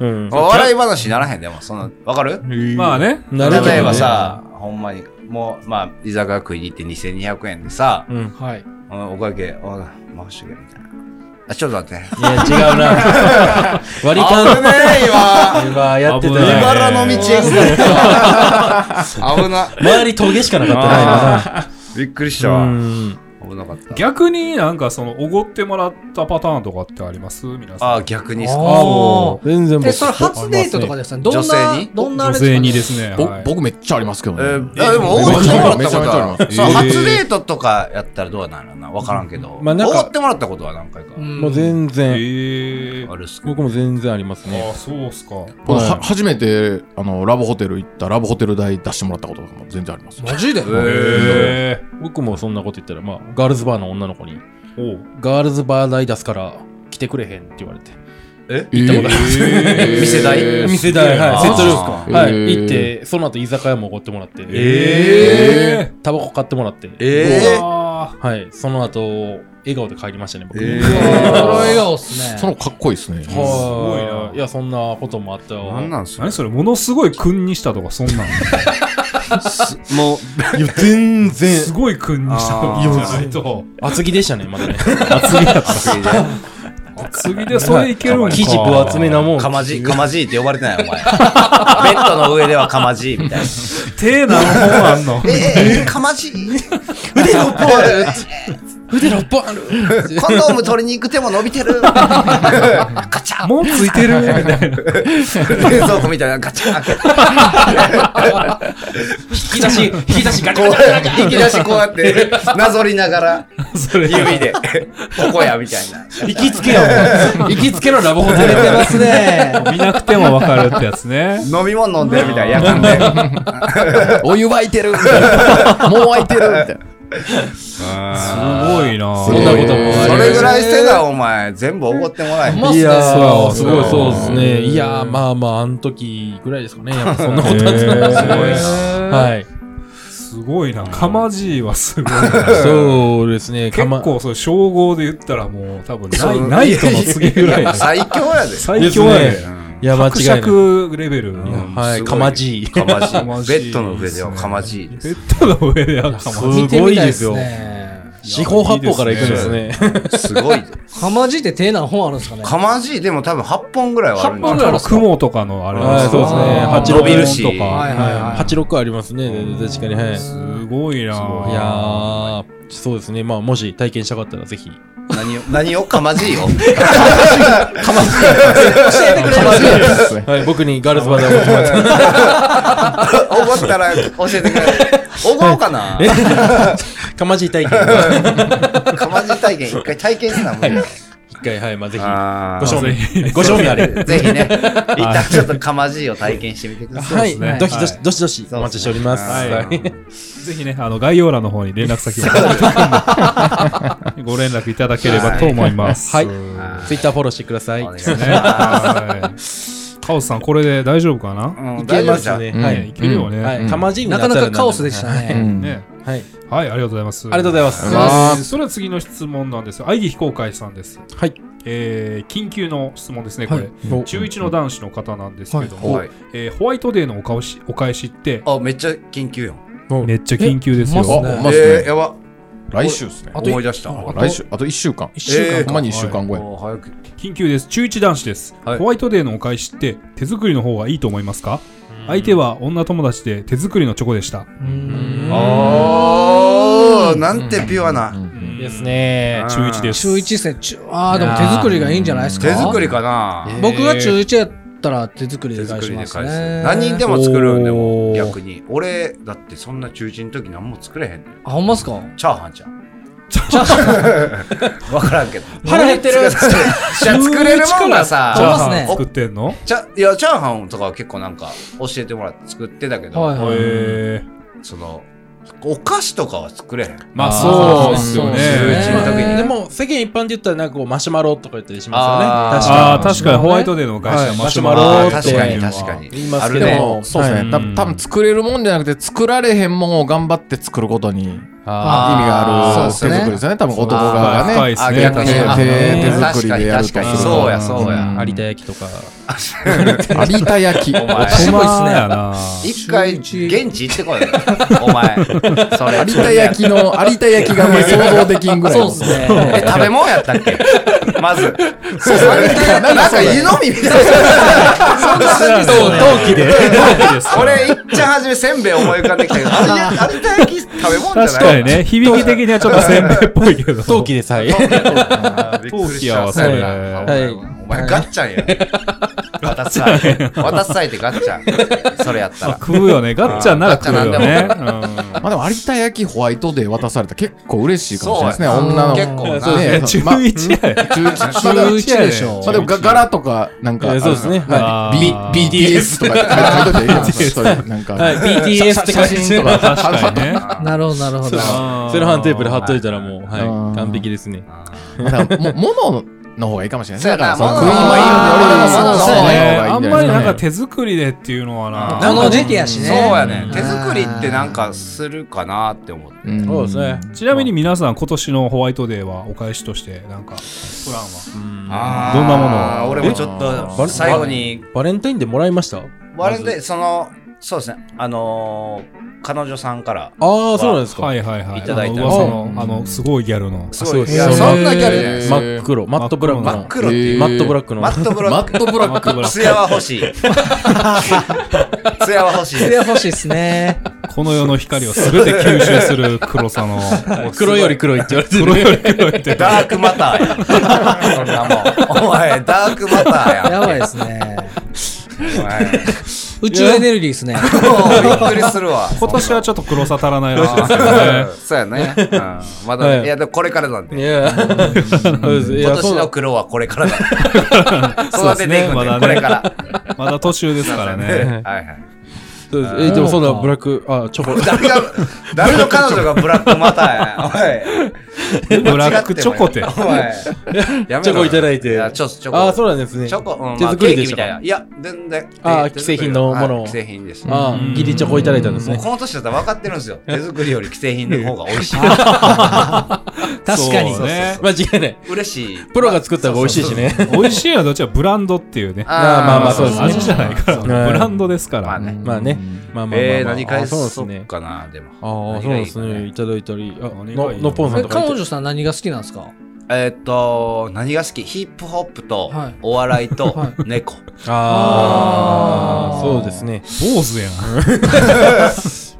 Speaker 2: うん。
Speaker 1: お笑い話にならへんでもそのわかる
Speaker 3: まあね。
Speaker 2: なるほどね
Speaker 1: 例えば、さほんまにもうまあ居酒屋食いに行って2200円でさ
Speaker 2: うん。
Speaker 4: はい。
Speaker 1: おお会計お回してくれみたいなあちょっと待って
Speaker 2: いや、違うな。割り
Speaker 1: 危ね
Speaker 2: 勘。
Speaker 1: えわ
Speaker 2: (laughs) 今やってた
Speaker 3: 危ない
Speaker 2: ね。
Speaker 1: 茨の道へ行くから (laughs) 危な
Speaker 2: 周りトゲしかなかったな、
Speaker 1: びっくりし
Speaker 2: 今
Speaker 1: た
Speaker 2: な。う
Speaker 1: わ
Speaker 2: ん。
Speaker 1: 危なかった
Speaker 3: 逆になんかその、おごってもらったパターンとかってあります皆さん。
Speaker 1: ああ逆にっすか
Speaker 4: あ
Speaker 2: 全然
Speaker 4: あ。
Speaker 2: 僕
Speaker 4: で、それ初デートとかですね。どん
Speaker 1: 女性
Speaker 4: な
Speaker 1: に、
Speaker 4: どんなあ
Speaker 3: 女
Speaker 4: れ
Speaker 3: 性にですすね。
Speaker 5: ぼ
Speaker 3: はい
Speaker 5: 僕めっちゃありますけどね。
Speaker 1: えー、いやでも、おご
Speaker 5: め
Speaker 1: っ
Speaker 5: ち
Speaker 1: て
Speaker 5: ゃ
Speaker 1: もら
Speaker 5: あ
Speaker 1: った
Speaker 5: ります
Speaker 1: ことは
Speaker 5: めちゃめち
Speaker 1: そ
Speaker 5: ゃ
Speaker 1: う
Speaker 5: あります
Speaker 1: 初デートとかやったらどうなんやろな、わからんけど、お
Speaker 2: まあなんか
Speaker 1: ごってもらったことは何回か
Speaker 4: うん
Speaker 2: もう全然。
Speaker 3: えー
Speaker 1: あるっすけど
Speaker 2: 僕も全然あります
Speaker 3: あ
Speaker 2: ね。
Speaker 3: あ、そうっすか。
Speaker 5: 僕は初めてあのラブホテル行ったラブホテル代出してもらったこととかも全然あります。
Speaker 4: マジで
Speaker 3: え
Speaker 2: 僕もそんなこと言ったら、まあ、ガールズバーの女の子に、
Speaker 3: ー。おう。
Speaker 2: ガールズバー代出すから来てくれへんって言われて。
Speaker 5: えー
Speaker 1: 店代
Speaker 2: 店代、はい、セ
Speaker 1: あ
Speaker 2: ット
Speaker 1: そう
Speaker 2: 料
Speaker 1: っ
Speaker 5: すか
Speaker 2: は
Speaker 5: へ
Speaker 2: い、
Speaker 5: ー
Speaker 2: 行って、その後居酒屋もおごってもらって、
Speaker 3: え
Speaker 2: タバコ買ってもらって、
Speaker 1: え
Speaker 3: ー。
Speaker 1: ー、
Speaker 3: あ
Speaker 2: はい、その後、笑顔で帰りましたね、僕。
Speaker 1: え
Speaker 4: うわー
Speaker 1: ー
Speaker 4: この笑顔っすね。
Speaker 5: そのかっこいいですね。
Speaker 2: は。
Speaker 3: すごいない
Speaker 2: いや、そんなこともあったよ。
Speaker 1: なんなんす
Speaker 3: ー
Speaker 1: か
Speaker 3: 何それ、ものすごい君にしたとか、そんなん。
Speaker 2: (laughs)
Speaker 1: もう、
Speaker 2: いや、全然
Speaker 5: (laughs)
Speaker 3: すごい君にしたとか
Speaker 1: あー
Speaker 3: じゃないと。
Speaker 2: 厚着でしたね、まだね。
Speaker 3: 次でそれいけるんか。
Speaker 2: 生地分厚めなもん。
Speaker 1: かまじ、かまじいって呼ばれてない、お前。ベッドの上ではかまじいみたいな。
Speaker 3: 手何本あ
Speaker 2: (laughs)
Speaker 3: んの
Speaker 1: えー、かまじい
Speaker 2: 腕6本ある腕6本ある
Speaker 1: コンドーム取りに行く手も伸びてる。ガチャン
Speaker 3: もうついてるみたい
Speaker 2: (laughs)
Speaker 3: な。
Speaker 1: 冷蔵庫みたいなガチャン開けて
Speaker 2: 引き出し、引き出しガチ
Speaker 1: こ
Speaker 2: ャガチャガチ
Speaker 1: う、引き出しこうやって、なぞりながら、
Speaker 3: それ。
Speaker 1: 指で、ここや、みたいな。
Speaker 2: ャ行きつけやもん。行きつけのラブホテル
Speaker 4: 出てますね。
Speaker 3: 見なくてもわかるってやつね。
Speaker 1: 飲み物飲んでるみたいな、やかんで。
Speaker 5: お湯沸いてるみたいなもう沸いてるみたいな。
Speaker 3: すごいな
Speaker 5: そんなこともあり
Speaker 1: それぐらいしてたらお前全部おごってもらえへん
Speaker 4: まあ
Speaker 2: いやー、す
Speaker 4: そ
Speaker 2: ご
Speaker 4: う
Speaker 3: そう
Speaker 2: いそうですね。いやー、まあまあ、あの時ぐらいですかね。やっぱそんなことあったんです
Speaker 3: へー
Speaker 2: ねはい。
Speaker 3: すごいな。かまじいはすごいな。
Speaker 2: そうですね。
Speaker 3: 結
Speaker 2: かま
Speaker 3: 構、そう、称号で言ったらもう多分
Speaker 1: そ
Speaker 3: な
Speaker 1: う
Speaker 3: い、ないとの次ぐらい。
Speaker 1: 最強やで
Speaker 3: 最強や
Speaker 2: です
Speaker 3: ね。
Speaker 2: いや、間違
Speaker 3: 伯
Speaker 2: いない。
Speaker 3: 爵レベルの。
Speaker 2: はい、かまじい。
Speaker 1: かまじい
Speaker 3: かまじい
Speaker 1: ベッドの上ではかまじいです
Speaker 3: ベッドの上ではかまじい。
Speaker 2: すごいですよ
Speaker 4: 見てみたね
Speaker 2: 四方八方から行くんですね。
Speaker 1: すごいです
Speaker 4: かまじって手何本あるんですか
Speaker 1: (laughs)
Speaker 4: ね
Speaker 1: かまじいでも多分8本ぐらいはあるんじゃ
Speaker 4: 八
Speaker 1: ない
Speaker 4: 本ぐらい
Speaker 3: あと雲とかのあれ
Speaker 2: はいそう
Speaker 4: ですね
Speaker 3: 八
Speaker 1: 伸びるし
Speaker 3: とか。
Speaker 4: はいはいはい
Speaker 2: 八六ありますね。確かに、はい。い
Speaker 3: すごいなぁ
Speaker 2: やー、そうですね。まあ、もし体験したかったらぜひ。
Speaker 1: 何を何をかまじい (laughs) よ
Speaker 4: 教えてくれます
Speaker 2: (laughs) はい、僕にガールズバーでおごってもらって。
Speaker 1: おごったら教えてくれおごろうか (laughs) な
Speaker 2: かまじい体験。
Speaker 1: かまじい体験一回体験したもんね
Speaker 2: 一回、はい、まあ、ぜひ。
Speaker 1: あ
Speaker 2: ご
Speaker 1: ー
Speaker 2: 賞味。ご賞味あれ。
Speaker 1: (laughs) ぜひね一旦ちょっとかまじいを体験してみてください
Speaker 2: はい、
Speaker 3: ね
Speaker 2: どしどし、どしどし、
Speaker 1: そうですね
Speaker 2: お待ちしております。
Speaker 1: はい
Speaker 2: はい。
Speaker 3: ぜひね、あの、概要欄の方に連絡先をご連絡いただければと思います。
Speaker 2: はい
Speaker 3: は
Speaker 2: ツイッターフォローしてください。
Speaker 1: お願いし
Speaker 2: い
Speaker 1: ます
Speaker 3: いカオスさん、これで大丈夫かな、
Speaker 1: うん
Speaker 2: け
Speaker 1: 大丈夫
Speaker 2: ま
Speaker 1: じゃ
Speaker 2: す
Speaker 1: ん
Speaker 2: ね。
Speaker 5: うん
Speaker 2: は
Speaker 3: ねい
Speaker 2: い。
Speaker 3: けるよね。
Speaker 2: は
Speaker 5: う
Speaker 2: い。
Speaker 5: ん
Speaker 2: かまじいに
Speaker 4: な
Speaker 2: な
Speaker 4: か
Speaker 2: ったらなん
Speaker 4: なか
Speaker 2: でも
Speaker 4: カオスでした
Speaker 5: う
Speaker 4: ね。
Speaker 5: ん
Speaker 3: ね
Speaker 2: はい。
Speaker 3: はい、ありがとうございます。
Speaker 2: ありがとうございます。
Speaker 5: がとうございます
Speaker 3: えーそれは次の質問なんです。愛義非公開さんです。
Speaker 2: はい。
Speaker 3: えー緊急の質問ですね、これ。
Speaker 2: お
Speaker 3: 中1の男子の方なんですけども、
Speaker 1: はい
Speaker 3: えーホワイトデーのお返しお返しって
Speaker 1: あめっちゃ緊急やん
Speaker 2: お
Speaker 3: めっちゃ緊急ですよ。
Speaker 5: えほんまっすね
Speaker 1: えーやば
Speaker 5: 来週ですね。
Speaker 1: あと思い出した。
Speaker 5: あ来週、あと1週間。1週間。ほんまに1週間後や。
Speaker 1: もう早く。
Speaker 3: 緊急です中一男子です、
Speaker 1: はい
Speaker 3: ホワイトデーのお返しって手作りの方がいいと思いますか相手は女友達で手作りのチョコでした
Speaker 1: ああ、なんてピュアな。
Speaker 2: いいですね
Speaker 1: うん
Speaker 3: 中一です
Speaker 4: 中1ですねちゅああでも手作りがいいんじゃないですか
Speaker 1: 手作りかな。
Speaker 4: 僕が中1やったら手作り
Speaker 1: 手
Speaker 4: で返
Speaker 1: 作
Speaker 4: し
Speaker 1: りで
Speaker 4: ま
Speaker 1: 返
Speaker 4: す
Speaker 1: す。
Speaker 4: ね
Speaker 1: 何人でも作るんで
Speaker 2: お
Speaker 1: も
Speaker 2: ー
Speaker 1: 逆に。俺だってそんな中心の時何も作れへんねん。
Speaker 4: あほんまっすか
Speaker 1: チャーハンじゃん。 (laughs) わからんけど。
Speaker 2: 腹減ってる
Speaker 1: 作れじゃあ作れるもんがさ
Speaker 3: チャーハン
Speaker 4: そうですね
Speaker 3: 作ってんの
Speaker 1: チャいやチャーハンとかは結構なんか教えてもらって作ってたけど、
Speaker 4: はいは
Speaker 3: へ
Speaker 4: い
Speaker 3: え
Speaker 1: そのお菓子とかは作れへん。
Speaker 3: まあ
Speaker 2: あ
Speaker 3: そう
Speaker 2: ー
Speaker 3: ですよね
Speaker 1: そうですね
Speaker 2: まあ
Speaker 1: 中一の時に
Speaker 2: でも世間一般で言ったらなんかこうマシュマロとか言ったりしますよね確か
Speaker 3: あー
Speaker 2: に
Speaker 3: 確かにホワイトデーのお返しはマシュマロ
Speaker 2: はい
Speaker 1: あ
Speaker 2: マ
Speaker 1: ー
Speaker 2: シュマロ
Speaker 1: 確かに確
Speaker 2: って
Speaker 1: かに。
Speaker 2: 言いますけ
Speaker 1: あ
Speaker 2: ど
Speaker 1: る
Speaker 5: で
Speaker 1: ね
Speaker 5: も、そうです
Speaker 2: は
Speaker 5: ね。
Speaker 2: い
Speaker 5: た多分作れるもんじゃなくて、作られへんもんを頑張って作ることに。意味があ
Speaker 1: あー
Speaker 5: る手
Speaker 1: そうですね
Speaker 5: 作りですよね、多分男側がね。
Speaker 3: 深いですね
Speaker 5: 逆に
Speaker 1: あ
Speaker 5: 手手作
Speaker 1: 確
Speaker 5: り
Speaker 1: か
Speaker 5: で
Speaker 1: に
Speaker 5: やると
Speaker 1: 確
Speaker 5: する
Speaker 1: かに
Speaker 5: と
Speaker 1: そうやそうや。
Speaker 5: ん
Speaker 2: 有田焼きと (laughs) か
Speaker 5: 有田焼き。
Speaker 1: お前
Speaker 3: 大人
Speaker 4: 渋いっすね
Speaker 3: やな
Speaker 1: 一回現
Speaker 4: 中一
Speaker 1: 地行ってこいよ。 (laughs) お前。それ
Speaker 5: 有田焼きの、有田焼きがあんまり想像できんぐらい
Speaker 4: そう
Speaker 5: の。
Speaker 4: ですね
Speaker 5: (laughs)
Speaker 1: え、食べ物やったっ (laughs) けまず。
Speaker 5: そうそう
Speaker 1: なんか湯飲みみたいな。
Speaker 2: 陶器で
Speaker 1: 俺、いっちゃんはじめせんべい思い浮かんできたけど、あれ、有田焼き食べ物じ
Speaker 3: 確
Speaker 1: ゃない
Speaker 3: かに。ね響き的にはちょっとせんべいっぽいけど
Speaker 2: 陶器でさえ
Speaker 3: 陶器やわそ
Speaker 2: れ
Speaker 1: はいお前、ガッチャンや。渡さえ。渡さえってガッチャン。それやったら。
Speaker 3: 食うよねガッチャンなら食うよね
Speaker 1: ガ
Speaker 5: まあでも有田焼きホワイトデー渡されたら結構嬉しいかもしれないで
Speaker 1: そうや
Speaker 5: すね、女の
Speaker 1: 結構な
Speaker 5: ね
Speaker 3: うん中
Speaker 5: ま
Speaker 3: 一やね
Speaker 5: 中一まあでも
Speaker 4: 中1でしょ
Speaker 5: まあでもが柄とか、なんか、
Speaker 2: えー (laughs) そうですね
Speaker 5: あの
Speaker 3: はい
Speaker 5: な B- BTS とか書いといていいよそういうなんか、
Speaker 2: はい BTS って
Speaker 5: 写
Speaker 2: 感じ
Speaker 5: 真とか、
Speaker 3: 確かにね
Speaker 4: なるほどなるほど
Speaker 3: あー
Speaker 2: セロハンテープで貼っといたらもう、
Speaker 5: あ
Speaker 2: は
Speaker 5: ー
Speaker 2: い、完璧ですね。
Speaker 5: まあでもも物の方がいいかもしれないです
Speaker 1: そ
Speaker 5: ね。
Speaker 1: うやな
Speaker 5: だからその
Speaker 1: 物
Speaker 5: ク
Speaker 1: の
Speaker 5: イーン
Speaker 1: 方
Speaker 5: は
Speaker 1: がいい
Speaker 5: いいよ
Speaker 3: ね
Speaker 5: ね俺は
Speaker 3: あ
Speaker 5: そ
Speaker 3: ん
Speaker 5: う
Speaker 3: まりなん
Speaker 5: ね
Speaker 3: か手作りでっていうのはな
Speaker 1: な
Speaker 4: こ
Speaker 1: んか
Speaker 4: の時期やしね
Speaker 1: そうやね。手作りってなんかするかなって思って。
Speaker 5: うん
Speaker 2: そうですね。
Speaker 3: ちなみに皆さん今年のホワイトデーはお返しとしてなんかプラン
Speaker 1: あ
Speaker 3: は
Speaker 1: ー
Speaker 3: どんなもの
Speaker 1: 俺もちょっと
Speaker 2: え
Speaker 1: 最後に
Speaker 2: バレンタインでもらいましたあ
Speaker 1: 我々でそのそうですねあのー彼女さんから
Speaker 2: あー、そうなんですか。
Speaker 3: はいはいはい
Speaker 1: いただいた
Speaker 3: あの噂のあのすごいギャルの
Speaker 1: すごい
Speaker 2: そう
Speaker 1: いや
Speaker 2: そう
Speaker 1: そんなキャラじゃない
Speaker 5: へ
Speaker 1: です
Speaker 5: ー
Speaker 2: 真っ黒、マットブラック
Speaker 1: 真っ
Speaker 2: の。
Speaker 1: 黒っていう
Speaker 5: え
Speaker 2: マットブラックの。
Speaker 1: マットブ
Speaker 3: (laughs)
Speaker 1: ロ
Speaker 5: マ
Speaker 1: ッ
Speaker 5: ットブラック。
Speaker 1: (laughs)
Speaker 3: マッ
Speaker 1: クツヤは欲
Speaker 3: (laughs)
Speaker 1: しいツヤは欲しい
Speaker 4: そ
Speaker 1: で
Speaker 4: れ
Speaker 1: す
Speaker 4: は欲しいですね
Speaker 3: この世の光を全て吸収する黒さの
Speaker 2: はい (laughs) 黒より黒いって言われてる。黒より黒い (laughs) って。
Speaker 1: ダークマターやそんなもんお前ダークマターや
Speaker 4: やばいですね
Speaker 1: お前
Speaker 4: 宇宙エネルギーですね
Speaker 1: もうびっくりするわ
Speaker 3: 今年はちょっと黒さ足らないらしいですよ
Speaker 1: あ
Speaker 3: ね
Speaker 1: ーそうやね、うん、まだ、
Speaker 2: はい
Speaker 1: いやでもこれからなん
Speaker 2: い
Speaker 1: で
Speaker 2: や、そうですい
Speaker 1: 今
Speaker 2: や、
Speaker 1: 年
Speaker 2: そう
Speaker 1: の
Speaker 2: だ。
Speaker 1: 黒はこれ
Speaker 3: (laughs)
Speaker 1: からなんで
Speaker 3: そう
Speaker 1: 育て
Speaker 3: です
Speaker 1: てい
Speaker 3: ね
Speaker 1: くん
Speaker 3: ま
Speaker 1: で、
Speaker 3: だね
Speaker 1: これから
Speaker 3: まだ途中ですからね
Speaker 1: はいはい
Speaker 2: そうですえ、でもそうだ、ブラック、あ、チョコ。
Speaker 1: 誰が、誰の彼女がブラックマターや。おい。
Speaker 3: ブラックチョコって
Speaker 1: おい。やめろ
Speaker 2: チョコいただいて
Speaker 1: やちょっとチョコ。
Speaker 2: あー、そうなんですね。
Speaker 1: チョコ、うん、
Speaker 2: 手
Speaker 1: まあ
Speaker 2: 作
Speaker 1: ケ
Speaker 2: り
Speaker 1: ー
Speaker 2: で
Speaker 1: キ
Speaker 2: し
Speaker 1: み
Speaker 2: た
Speaker 1: たい
Speaker 2: か
Speaker 1: な。。いや、全然。
Speaker 2: あー
Speaker 1: 手手作り
Speaker 2: 既製品のものを
Speaker 1: はい既製品です。も
Speaker 2: あー、ギリチョコいただいたんです
Speaker 1: う
Speaker 2: ね。
Speaker 1: この年だったら分かってるんですよ。手作りより既製品の方が美味しい。
Speaker 4: 確かに
Speaker 3: そうね
Speaker 2: 間違いない。
Speaker 1: (laughs) 嬉し
Speaker 2: (laughs)
Speaker 1: い。
Speaker 2: プロが作った方が美味しいしね。
Speaker 3: (laughs) 美味しいのはどっちかブランドっていうね
Speaker 2: あーまあまあそうですね
Speaker 3: 味じゃないからブ
Speaker 2: ね
Speaker 3: ランドですか
Speaker 1: まあ
Speaker 3: ら
Speaker 1: ね。
Speaker 2: まあね。まあまあまあまあ。
Speaker 1: えー、何返
Speaker 2: あそうなん
Speaker 1: す
Speaker 2: ですね。
Speaker 1: かな、でも。
Speaker 2: ああ、そうなんですね。いただいたり、あ、
Speaker 3: 何が
Speaker 2: の
Speaker 3: いいの
Speaker 2: のぽんさん
Speaker 4: え
Speaker 2: とかい
Speaker 4: 彼
Speaker 2: て。
Speaker 4: 女さん何が好きなんですか
Speaker 1: えーっと、何が好きヒップホップと
Speaker 4: はい、
Speaker 1: お笑いと、猫。
Speaker 2: あ
Speaker 4: あー
Speaker 2: あ、そうですね。
Speaker 3: 坊主やん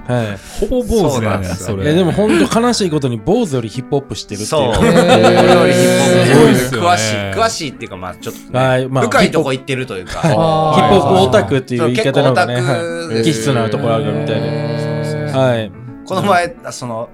Speaker 2: はい。
Speaker 3: ほぼ坊主やねん
Speaker 1: そ
Speaker 3: そう
Speaker 2: い
Speaker 3: れ
Speaker 2: やでも本当悲しいことに坊主よりヒップホップしてるって
Speaker 1: そう。
Speaker 2: い
Speaker 1: こ
Speaker 2: う。
Speaker 1: れよりヒップホップ
Speaker 3: すごい
Speaker 1: 詳
Speaker 3: っす
Speaker 1: しい
Speaker 3: よね。
Speaker 1: 詳しいっていうか、まあちょっとね。
Speaker 2: はい、まあ、
Speaker 1: 深いとこ行ってるというか。
Speaker 4: あー
Speaker 2: ヒップホップオタクっていう言い方の方がね、
Speaker 1: そう結構オタク
Speaker 2: は
Speaker 1: です
Speaker 2: い、気質なところあるみたいで。はい。
Speaker 1: この前、あその、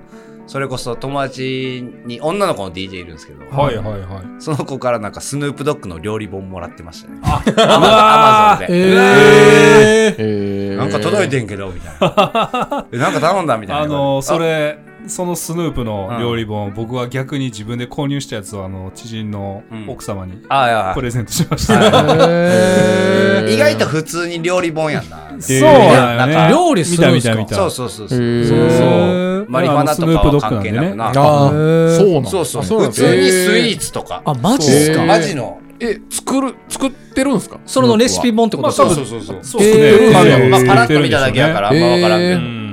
Speaker 1: それこそ友達に女の子の DJ いるんですけど、
Speaker 3: はいはいはい
Speaker 1: その子からなんかスヌープドッグの料理本もらってましたね。
Speaker 3: わ
Speaker 1: アマゾンで。
Speaker 2: え
Speaker 5: えー
Speaker 1: なんか届いてんけど、みたいな。えなんか頼んだみたいな。
Speaker 3: あのそれそのスヌープの料理本、僕は逆に自分で購入したやつをあの知人の
Speaker 1: うん
Speaker 3: 奥様に
Speaker 1: あ、あいや
Speaker 3: プレゼントしました、
Speaker 1: 意外と普通に料理本やんな。
Speaker 3: そう
Speaker 1: なん
Speaker 3: だ
Speaker 1: か
Speaker 3: よね
Speaker 4: 料理するんすか
Speaker 3: 見た見た見た
Speaker 1: そうそうそう
Speaker 5: へ
Speaker 1: そう。
Speaker 5: ー
Speaker 3: そう
Speaker 1: マリファナとかは関係なくな。
Speaker 2: あー
Speaker 5: そうなんだ
Speaker 1: そうそう。
Speaker 2: あそうなん
Speaker 1: 普
Speaker 2: ですね
Speaker 1: 通にスイーツとか。
Speaker 4: あマジっす
Speaker 5: へ
Speaker 4: か
Speaker 5: ー
Speaker 1: マジの。
Speaker 5: え、作る、作ってるんですか
Speaker 4: それのレシピ本ってことですか
Speaker 1: そうそう。
Speaker 3: そうですね、
Speaker 5: えー
Speaker 1: まあ、パラッと見ただけやから、あんまわからんけど。
Speaker 5: えー
Speaker 3: うん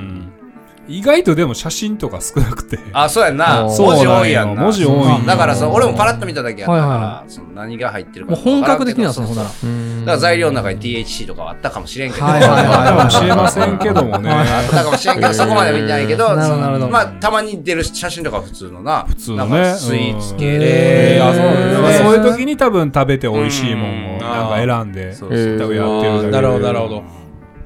Speaker 3: 意外とでも写真とか少なくて。
Speaker 1: あ、そうやんな。
Speaker 5: あ
Speaker 1: 文
Speaker 5: そうなん
Speaker 1: 字
Speaker 5: や
Speaker 1: 多いやんな。
Speaker 3: 文字多いよ
Speaker 1: だからさ、俺もパラッと見ただけやったから、
Speaker 4: はいはい
Speaker 1: その何が入ってるか
Speaker 4: もう本格的なん
Speaker 1: そ
Speaker 4: ですね、ほんなら。
Speaker 1: だから材料の中に THC とかはあったかもしれんけど、
Speaker 4: はい
Speaker 3: あ
Speaker 4: はい
Speaker 3: ったかもしれませんけ
Speaker 1: (laughs)
Speaker 3: どもね。
Speaker 1: あったかもしれんけど、そこまでは見てないけど、
Speaker 4: なるほど
Speaker 1: その
Speaker 4: なるほど
Speaker 1: まあ、たまに出る写真とかは普通のな、普
Speaker 3: 通のね
Speaker 1: スイーツ系
Speaker 3: え
Speaker 1: で、
Speaker 3: ー
Speaker 4: うん
Speaker 3: あそう
Speaker 4: えー
Speaker 3: なんだそういう時に多分食べて美味しいもんをなんか選んで、
Speaker 1: そ
Speaker 3: 多
Speaker 1: う
Speaker 5: えー
Speaker 3: 分やって
Speaker 2: ー
Speaker 3: るだけで
Speaker 2: なるほどなるほど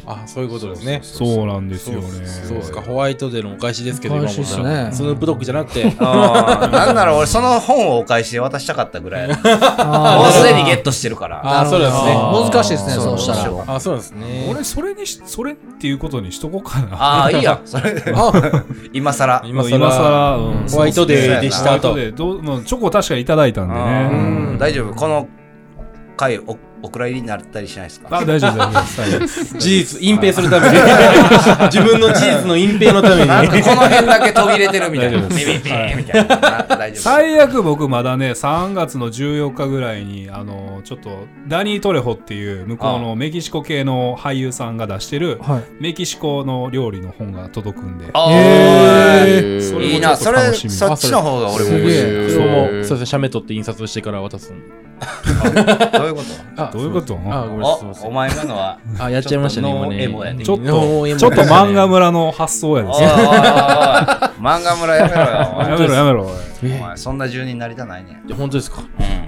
Speaker 2: あそういうことですね
Speaker 3: そうなんですよね。
Speaker 2: そうですかホワイトデーのお返しですけど
Speaker 4: お
Speaker 2: 今も
Speaker 4: 返しですね
Speaker 2: スヌープドッグじゃなくて
Speaker 1: あーなんなら俺、その本をお返しで渡したかったぐらいやなも
Speaker 4: あ
Speaker 1: う
Speaker 4: ー
Speaker 1: すでにゲットしてるから。
Speaker 2: あーそうですね
Speaker 4: あー難しいですね、そうした
Speaker 1: そ
Speaker 4: ら
Speaker 1: う。
Speaker 2: あそうなんですね
Speaker 3: 俺それにしそれっていうことにしとこうかな。
Speaker 1: ああ、いいやん、それ。今更。
Speaker 2: 今更
Speaker 3: 今更、うん
Speaker 2: ホワイトデーでした
Speaker 3: ホ
Speaker 2: と
Speaker 3: ワイトデーどううんチョコ確かにいただいたんで
Speaker 1: あ
Speaker 3: ね。
Speaker 1: ー大丈夫、この回お、お蔵入りになったりしないですか
Speaker 3: あ大丈夫大丈夫大丈夫です。
Speaker 2: 事実隠蔽するために自分の事実の隠蔽のた (laughs) め
Speaker 1: なんか
Speaker 2: に
Speaker 1: この辺だけ途切れてるみたいな。ビ (laughs) ビビーみたいな。な大丈夫。
Speaker 3: 最悪僕まだね3月の14日ぐらいにあのちょっとダニー・トレホっていう向こうのメキシコ系の俳優さんが出してる
Speaker 4: はい
Speaker 3: メキシコの料理の本が届くんで
Speaker 1: あ
Speaker 5: え
Speaker 1: ー
Speaker 5: ー
Speaker 3: それ
Speaker 1: いいな、それ、そっちの方が俺も欲
Speaker 5: す
Speaker 1: しい。
Speaker 5: げえ
Speaker 2: そうもそうですね写メ撮って印刷してから渡すんで
Speaker 1: どういうこと
Speaker 2: あ
Speaker 3: どういうこと
Speaker 2: あごめんなさいすい
Speaker 1: お、お前今のは。
Speaker 2: ませんあやっちゃいましたね
Speaker 1: ちょっと
Speaker 2: 今
Speaker 1: ノーエモやね
Speaker 2: ね
Speaker 3: ちょっと、ち
Speaker 2: ノーエモでし
Speaker 3: ょ
Speaker 2: た
Speaker 3: っ
Speaker 2: ね
Speaker 3: と漫画村の発想やで
Speaker 1: おい
Speaker 3: す
Speaker 1: おいおいおい
Speaker 3: よ。
Speaker 1: 漫画村やめろよ。お
Speaker 3: や
Speaker 1: 前
Speaker 3: めろやめろ。おい
Speaker 1: お前そんな住人になりたないねん。
Speaker 2: いや本当ですか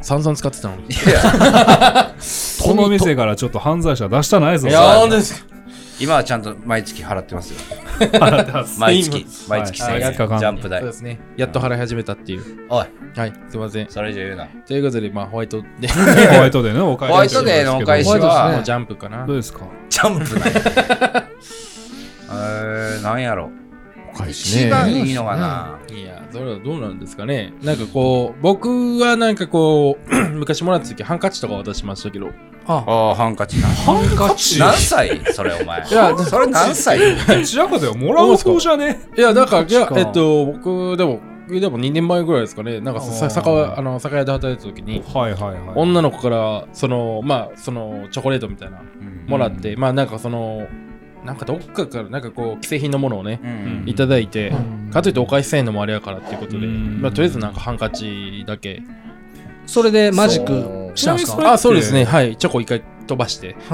Speaker 2: 散々使ってたのにい
Speaker 1: いや、
Speaker 3: この店からちょっと犯罪者出したないぞ。
Speaker 2: や本当ですか
Speaker 1: 今はちゃんと毎月払ってますよ。
Speaker 3: (laughs) ま
Speaker 1: 毎月。毎月
Speaker 3: は
Speaker 1: 1000
Speaker 3: い
Speaker 1: 円。
Speaker 3: はい
Speaker 1: ジャンプ
Speaker 2: そう
Speaker 1: 代
Speaker 2: で。すねやっと払い始めたっていう
Speaker 1: おい、
Speaker 2: はいすいません
Speaker 1: それ以上言うな。
Speaker 2: ということでまあホワイトデー
Speaker 3: あホワイトデーのお返し。
Speaker 1: ホワイトデーのお返し
Speaker 4: ホワイト
Speaker 1: は
Speaker 4: で、
Speaker 2: ジャンプかな
Speaker 3: どうですか
Speaker 1: ジャンプない。 (laughs) えー、なんやろ。
Speaker 5: 返しね
Speaker 1: 一番いいのかな。
Speaker 2: いや、それはどうなんですかね。なんかこう、僕はなんかこう、 (clears throat) 昔もらった時ハンカチとか渡しましたけど、
Speaker 1: ああ、ハンカチな。
Speaker 3: ハンカチ
Speaker 1: 何歳それお前。
Speaker 2: いや
Speaker 1: それ何歳
Speaker 3: 違うことよ。もらう方じゃね
Speaker 2: いや、だから、いや
Speaker 4: ハンカチ、か
Speaker 2: えっと、僕、でも、でも2年前ぐらいですかね、なんか
Speaker 3: あ
Speaker 2: さ
Speaker 3: ー
Speaker 2: 酒屋あの酒屋で働いた時に、
Speaker 3: はいはいはい。
Speaker 2: 女の子から、その、まあ、その、チョコレートみたいな、もらって、まあ、なんかその、なんかどっかから、なんかこう、既製品のものをね、
Speaker 1: うん
Speaker 2: いただいて、
Speaker 5: ん
Speaker 2: かといってお返しせんのもあれやからっていうことで、
Speaker 3: うん
Speaker 2: まあ、とりあえずなんかハンカチだけ、
Speaker 4: それでマジックしたんです
Speaker 3: そう
Speaker 4: か
Speaker 2: あ、そうですね。はい。チョコ一回飛ばして。 (laughs)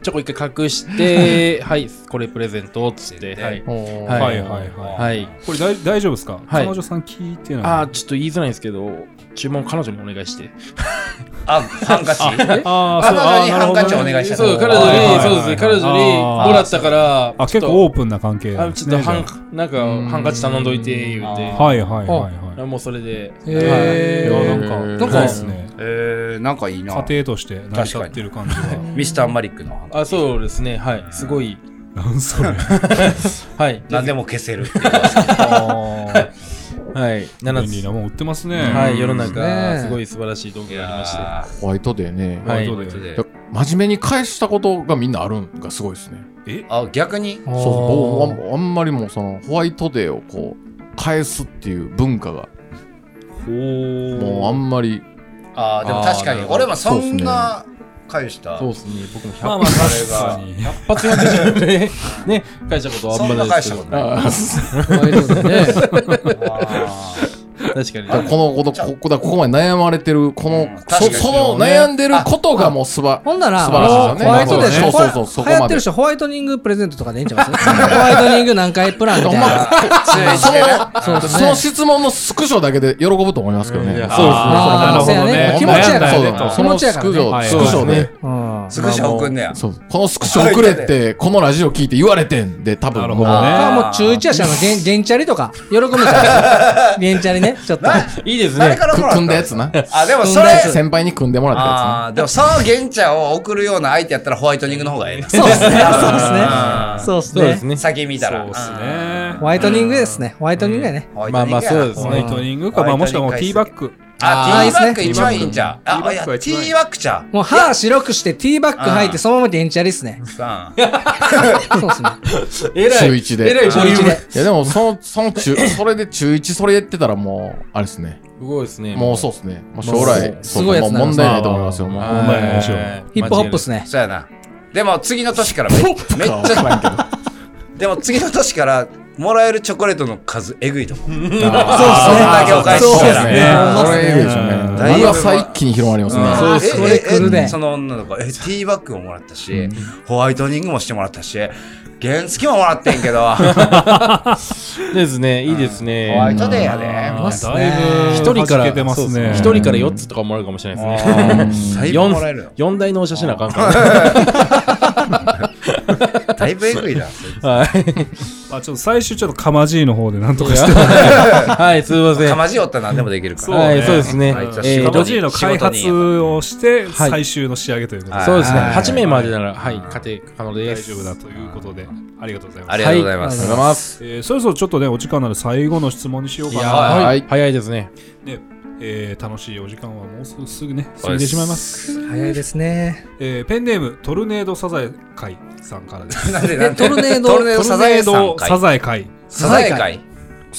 Speaker 2: チョコ一回隠 (laughs) して、はい、これプレゼント、つって。はい。
Speaker 5: は
Speaker 2: はい
Speaker 3: はいはいはい。
Speaker 2: はい。
Speaker 3: これ大大丈夫ですか
Speaker 2: はい
Speaker 3: 彼女さん聞いてない。
Speaker 2: あー、ちょっと言いづらいんですけど、注文彼女にお願いして。
Speaker 1: あ、ハンカチ
Speaker 3: あ
Speaker 1: 彼女に
Speaker 3: ーそうあーなる
Speaker 1: ハン
Speaker 3: ほど
Speaker 1: カチをお願いしたの
Speaker 2: そう、彼
Speaker 3: は
Speaker 2: 女
Speaker 3: いはい
Speaker 2: に、
Speaker 3: はい
Speaker 2: そうですね。彼女に
Speaker 3: あー
Speaker 2: もらったから、ち
Speaker 3: あ、
Speaker 2: ょっ
Speaker 3: 結
Speaker 2: と
Speaker 3: 構オープンな関係なん
Speaker 2: あ
Speaker 3: で
Speaker 2: ち
Speaker 3: す
Speaker 2: ょっと
Speaker 3: ね。
Speaker 2: ハン、なんか、ハンカチ頼んどいて、言う
Speaker 1: あ
Speaker 2: て。
Speaker 1: ー
Speaker 3: はいはいはいはい。
Speaker 2: あもうそれで。
Speaker 4: へ
Speaker 3: いやな
Speaker 4: ー
Speaker 3: んか、
Speaker 4: なんか
Speaker 3: いいですね。
Speaker 1: えー、なんかいいな。
Speaker 3: 家庭として成り立ってる感じが。
Speaker 1: ミスターマリックのハンカ
Speaker 2: あ、そうですね。はい。すごい。
Speaker 3: なんそれ。
Speaker 2: はい。
Speaker 1: チ。何でも消せるっていう。
Speaker 2: (laughs) はい。7
Speaker 3: 便利
Speaker 2: つ。
Speaker 3: なもん売ってますね。
Speaker 2: はい。世の中、
Speaker 4: ね
Speaker 2: すごい素晴らしい道具がありまして。
Speaker 5: ホワイトデーね、
Speaker 2: は
Speaker 3: ホワイ
Speaker 2: い。
Speaker 3: トデー
Speaker 5: だ真面目に返したことがみんなあるんがすごいですね
Speaker 3: え
Speaker 1: あ、逆に
Speaker 5: そうそう僕はあんまりもうそのホワイトデーをこう返すっていう文化がもうあんまり
Speaker 1: あーでも確かに
Speaker 2: あー
Speaker 1: 俺もそんな返した
Speaker 2: そうですね。僕も100
Speaker 3: まあまあ確かに。
Speaker 2: 発言ですよね。 (laughs) ね、返したことはあんまないですけど。
Speaker 1: そんな
Speaker 4: ホワイトデーね
Speaker 1: あー
Speaker 2: 確かに。
Speaker 5: だからこのことここだここまで悩まれてるこの
Speaker 1: うん確か
Speaker 5: そ
Speaker 1: に
Speaker 5: その悩んでることがもうすば
Speaker 4: ほんなら、
Speaker 5: 素
Speaker 4: ホ
Speaker 5: 晴らしいですよね
Speaker 4: ワイトデー
Speaker 5: そうそうそう
Speaker 4: し
Speaker 5: そ
Speaker 4: ょ
Speaker 5: こまで
Speaker 4: 流行ってる人、ホワイトニングプレゼントとかでいいんちゃ
Speaker 5: (laughs)
Speaker 4: いますホワイトニング何回プランみ
Speaker 5: ほ
Speaker 4: た
Speaker 5: ん
Speaker 4: い
Speaker 5: ま
Speaker 4: な。
Speaker 5: その
Speaker 4: そうですね
Speaker 5: その質問のスクショだけで喜ぶと思いますけどね
Speaker 2: いや
Speaker 4: あー
Speaker 3: そうですね
Speaker 4: そうやね
Speaker 5: ほ
Speaker 4: 気
Speaker 5: んま
Speaker 4: 持ちやから
Speaker 5: そう
Speaker 4: ね
Speaker 5: だ
Speaker 4: 気
Speaker 5: そ
Speaker 4: 持
Speaker 5: の
Speaker 4: ちや
Speaker 5: ス
Speaker 4: からね
Speaker 5: クショ
Speaker 3: はい
Speaker 5: スクショで
Speaker 4: うん
Speaker 1: スクショ送んねや。
Speaker 5: そうこのスクショ送れってこのラジオ聞いて言われてんで多分
Speaker 3: なる
Speaker 5: も
Speaker 3: ほ
Speaker 5: う
Speaker 3: どね。
Speaker 4: あもう中1やし、あの、ゲンゲンチャリとか、喜ぶじゃん。ゲンチャリね、ちょっと。
Speaker 2: いいです
Speaker 1: 誰
Speaker 2: ね。
Speaker 1: からもら
Speaker 5: く
Speaker 1: った
Speaker 5: 組んだやつな
Speaker 1: あ、でもそ
Speaker 4: 組んだや
Speaker 1: れ
Speaker 4: つ、
Speaker 5: 先輩に組んでもらったや
Speaker 1: ああー、でもその玄茶を送るような相手やったらホワイトニングの方がええな。
Speaker 4: (laughs) そうっすね、
Speaker 1: あー
Speaker 4: そうっすね。
Speaker 2: そうですね。
Speaker 1: 先見たら。
Speaker 3: そうです
Speaker 1: うん。
Speaker 3: ね
Speaker 4: ホ。ワイトニングですね。ホワイトニングやね。
Speaker 1: ホワイ
Speaker 2: ま
Speaker 1: トニン
Speaker 2: あま
Speaker 1: グ
Speaker 2: あ
Speaker 1: や
Speaker 2: そうです
Speaker 3: ホワイ
Speaker 2: ね。
Speaker 3: トニングか、まあもしくはもうティーバッグ。
Speaker 1: あ、ティーバッ
Speaker 4: あー
Speaker 1: ク一番いいんちゃう
Speaker 3: ティーバ
Speaker 1: あ、い
Speaker 3: ッ
Speaker 1: や、
Speaker 3: グが
Speaker 1: テ
Speaker 3: 一番
Speaker 1: ィーバックちゃ
Speaker 4: もう歯白くして、ティーバッグ履いて、そのままゲンチャリっすね。
Speaker 1: う。さん。
Speaker 4: そうっすね。
Speaker 2: え
Speaker 5: つな週一で
Speaker 2: えらい
Speaker 4: 中
Speaker 2: ボリュー
Speaker 4: 1
Speaker 2: ム。
Speaker 4: で。
Speaker 5: ついやでもそのその中それで中1それやってたらもうあれですね
Speaker 2: すごいですね。
Speaker 5: もうそうですねもう将来
Speaker 4: す
Speaker 5: そう
Speaker 4: ごいや
Speaker 5: も
Speaker 4: つ
Speaker 5: う
Speaker 4: になりま
Speaker 5: 問
Speaker 4: す
Speaker 5: 題ないと思いますよもう
Speaker 2: はい。
Speaker 5: ほんま
Speaker 3: まや面白い
Speaker 2: はい
Speaker 4: ヒップホップっすね。
Speaker 1: そうやな。でも次の年からめめっちゃ、 (laughs) でも次の年からもらえるチョコレートの数えぐいと思う。
Speaker 4: そうですね
Speaker 1: そんだけお返し
Speaker 4: そう
Speaker 1: したら
Speaker 4: です
Speaker 5: そ
Speaker 4: ね
Speaker 5: うですね
Speaker 4: ほんまっす
Speaker 5: これ
Speaker 4: ね
Speaker 5: いいでしょうね
Speaker 3: うん
Speaker 5: うわさ一気に広まりますね
Speaker 4: そう
Speaker 1: うん
Speaker 4: そ
Speaker 1: え
Speaker 4: れ来るね
Speaker 1: ええその女の子、え、ティーバッグももらったし、ホワイトニングもしてもらったし、原付ももらってんけど、
Speaker 2: ですね、いいで
Speaker 1: ホワ
Speaker 2: すね
Speaker 1: イ。トデーやで。
Speaker 3: あ
Speaker 4: ま
Speaker 3: ー
Speaker 4: すね
Speaker 3: だいぶ
Speaker 2: 一人か
Speaker 3: 弾
Speaker 2: ら、
Speaker 3: けてます
Speaker 2: そう
Speaker 3: ね
Speaker 2: ですね一人から四つとかもらうかもしれないですね。
Speaker 1: だいぶもらえるよ
Speaker 2: (laughs) 四。四大納車しなあかんから。
Speaker 1: だいぶえぐいな。
Speaker 2: はい。
Speaker 3: まあちょっと最終ちょっとかまじいの方でなんとかして
Speaker 2: はい、 (laughs) すいません
Speaker 1: か。まじおったら何でもできるから。
Speaker 2: はい、そうですね。
Speaker 1: はいじゃあ
Speaker 2: え
Speaker 1: 仕
Speaker 2: ー
Speaker 3: カ
Speaker 1: 事
Speaker 3: マ
Speaker 1: に
Speaker 3: ジーの開発をして
Speaker 2: はい
Speaker 3: 最終の仕上げということで、
Speaker 1: はい
Speaker 2: そうですね。
Speaker 1: はい
Speaker 2: 8名までなら、はい、家庭可能で
Speaker 3: 大
Speaker 2: す
Speaker 3: 丈。夫だということでありがとうございま
Speaker 1: あ
Speaker 3: す
Speaker 1: りがとうございま
Speaker 4: は
Speaker 1: す。
Speaker 4: い
Speaker 5: ざいます。
Speaker 3: えーそろそろちょっとねお時間なので最後の質問にしようか
Speaker 2: いや
Speaker 3: な、
Speaker 2: ー
Speaker 5: はい
Speaker 2: 早いですね。
Speaker 3: ねえー楽しいお時間はもうすぐすぐね過ぎてしまいます、
Speaker 4: 早いですね。
Speaker 3: えーペンネームトルネードサザエ会さんからです
Speaker 1: なんでなんで
Speaker 4: トルネード
Speaker 1: トルネードサザエさん
Speaker 3: サ
Speaker 1: 会。
Speaker 3: ザエ会
Speaker 1: サザエ会。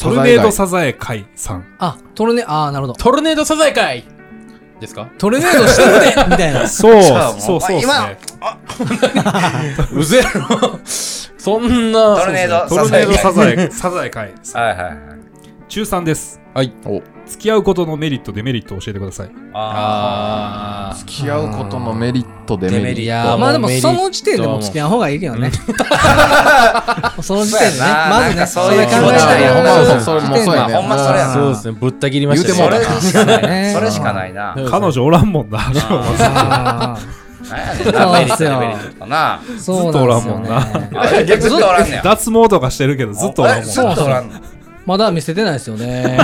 Speaker 3: トルネードサザエ会さん
Speaker 4: あ、トルネ、あー、なるほど。
Speaker 2: トルネードサザエ会ですか
Speaker 4: トルネードしてるねみたいな。
Speaker 3: そ
Speaker 1: そ
Speaker 3: う
Speaker 1: う
Speaker 3: そうそうです
Speaker 1: 今
Speaker 3: ね
Speaker 2: うぜろ (laughs) そんな。
Speaker 1: トルネード
Speaker 3: トルネードサザエサザエ会さ
Speaker 1: (laughs)
Speaker 3: ん
Speaker 1: はいはいはい。
Speaker 3: 中3です
Speaker 2: はい。
Speaker 5: お
Speaker 3: 付き合うことのメリットデメリットを教えてください
Speaker 2: あ
Speaker 5: 付き合うことのメリットデメ
Speaker 1: デメ
Speaker 5: リ
Speaker 1: リ
Speaker 5: ッ
Speaker 1: ッ
Speaker 5: ト
Speaker 1: ト
Speaker 2: あ
Speaker 4: まあでも
Speaker 2: もうメリット
Speaker 4: その時点でもう付き合う方がいいけどね。 (laughs) その時点でね。
Speaker 1: そうやな
Speaker 4: まず
Speaker 1: なん
Speaker 4: ね、
Speaker 1: か
Speaker 4: そ
Speaker 1: そうい
Speaker 4: れ
Speaker 1: う
Speaker 4: 考
Speaker 1: 気持
Speaker 4: え
Speaker 1: ち
Speaker 4: た
Speaker 1: だよ
Speaker 4: ら
Speaker 5: ほんまそうそれもそうやね
Speaker 1: まあほんまそれや
Speaker 2: あ。
Speaker 1: な
Speaker 2: そうですね。ぶった切りましたね。
Speaker 5: 言うてもう
Speaker 1: それ
Speaker 5: た
Speaker 1: しかない。
Speaker 4: ね
Speaker 1: それしかないな。
Speaker 2: そう
Speaker 3: 彼女おらんもんな
Speaker 4: あ
Speaker 1: なんやねんな、メリットデメリットとな。
Speaker 4: ーそうな
Speaker 3: ずっ
Speaker 4: んですよ
Speaker 3: とおらんも
Speaker 4: ね。
Speaker 1: あ逆ずっとおらんねや。
Speaker 3: 脱毛とかしてるけどずっとおらんもん
Speaker 1: ずっとおらんの。
Speaker 4: まだ見せてないですよね。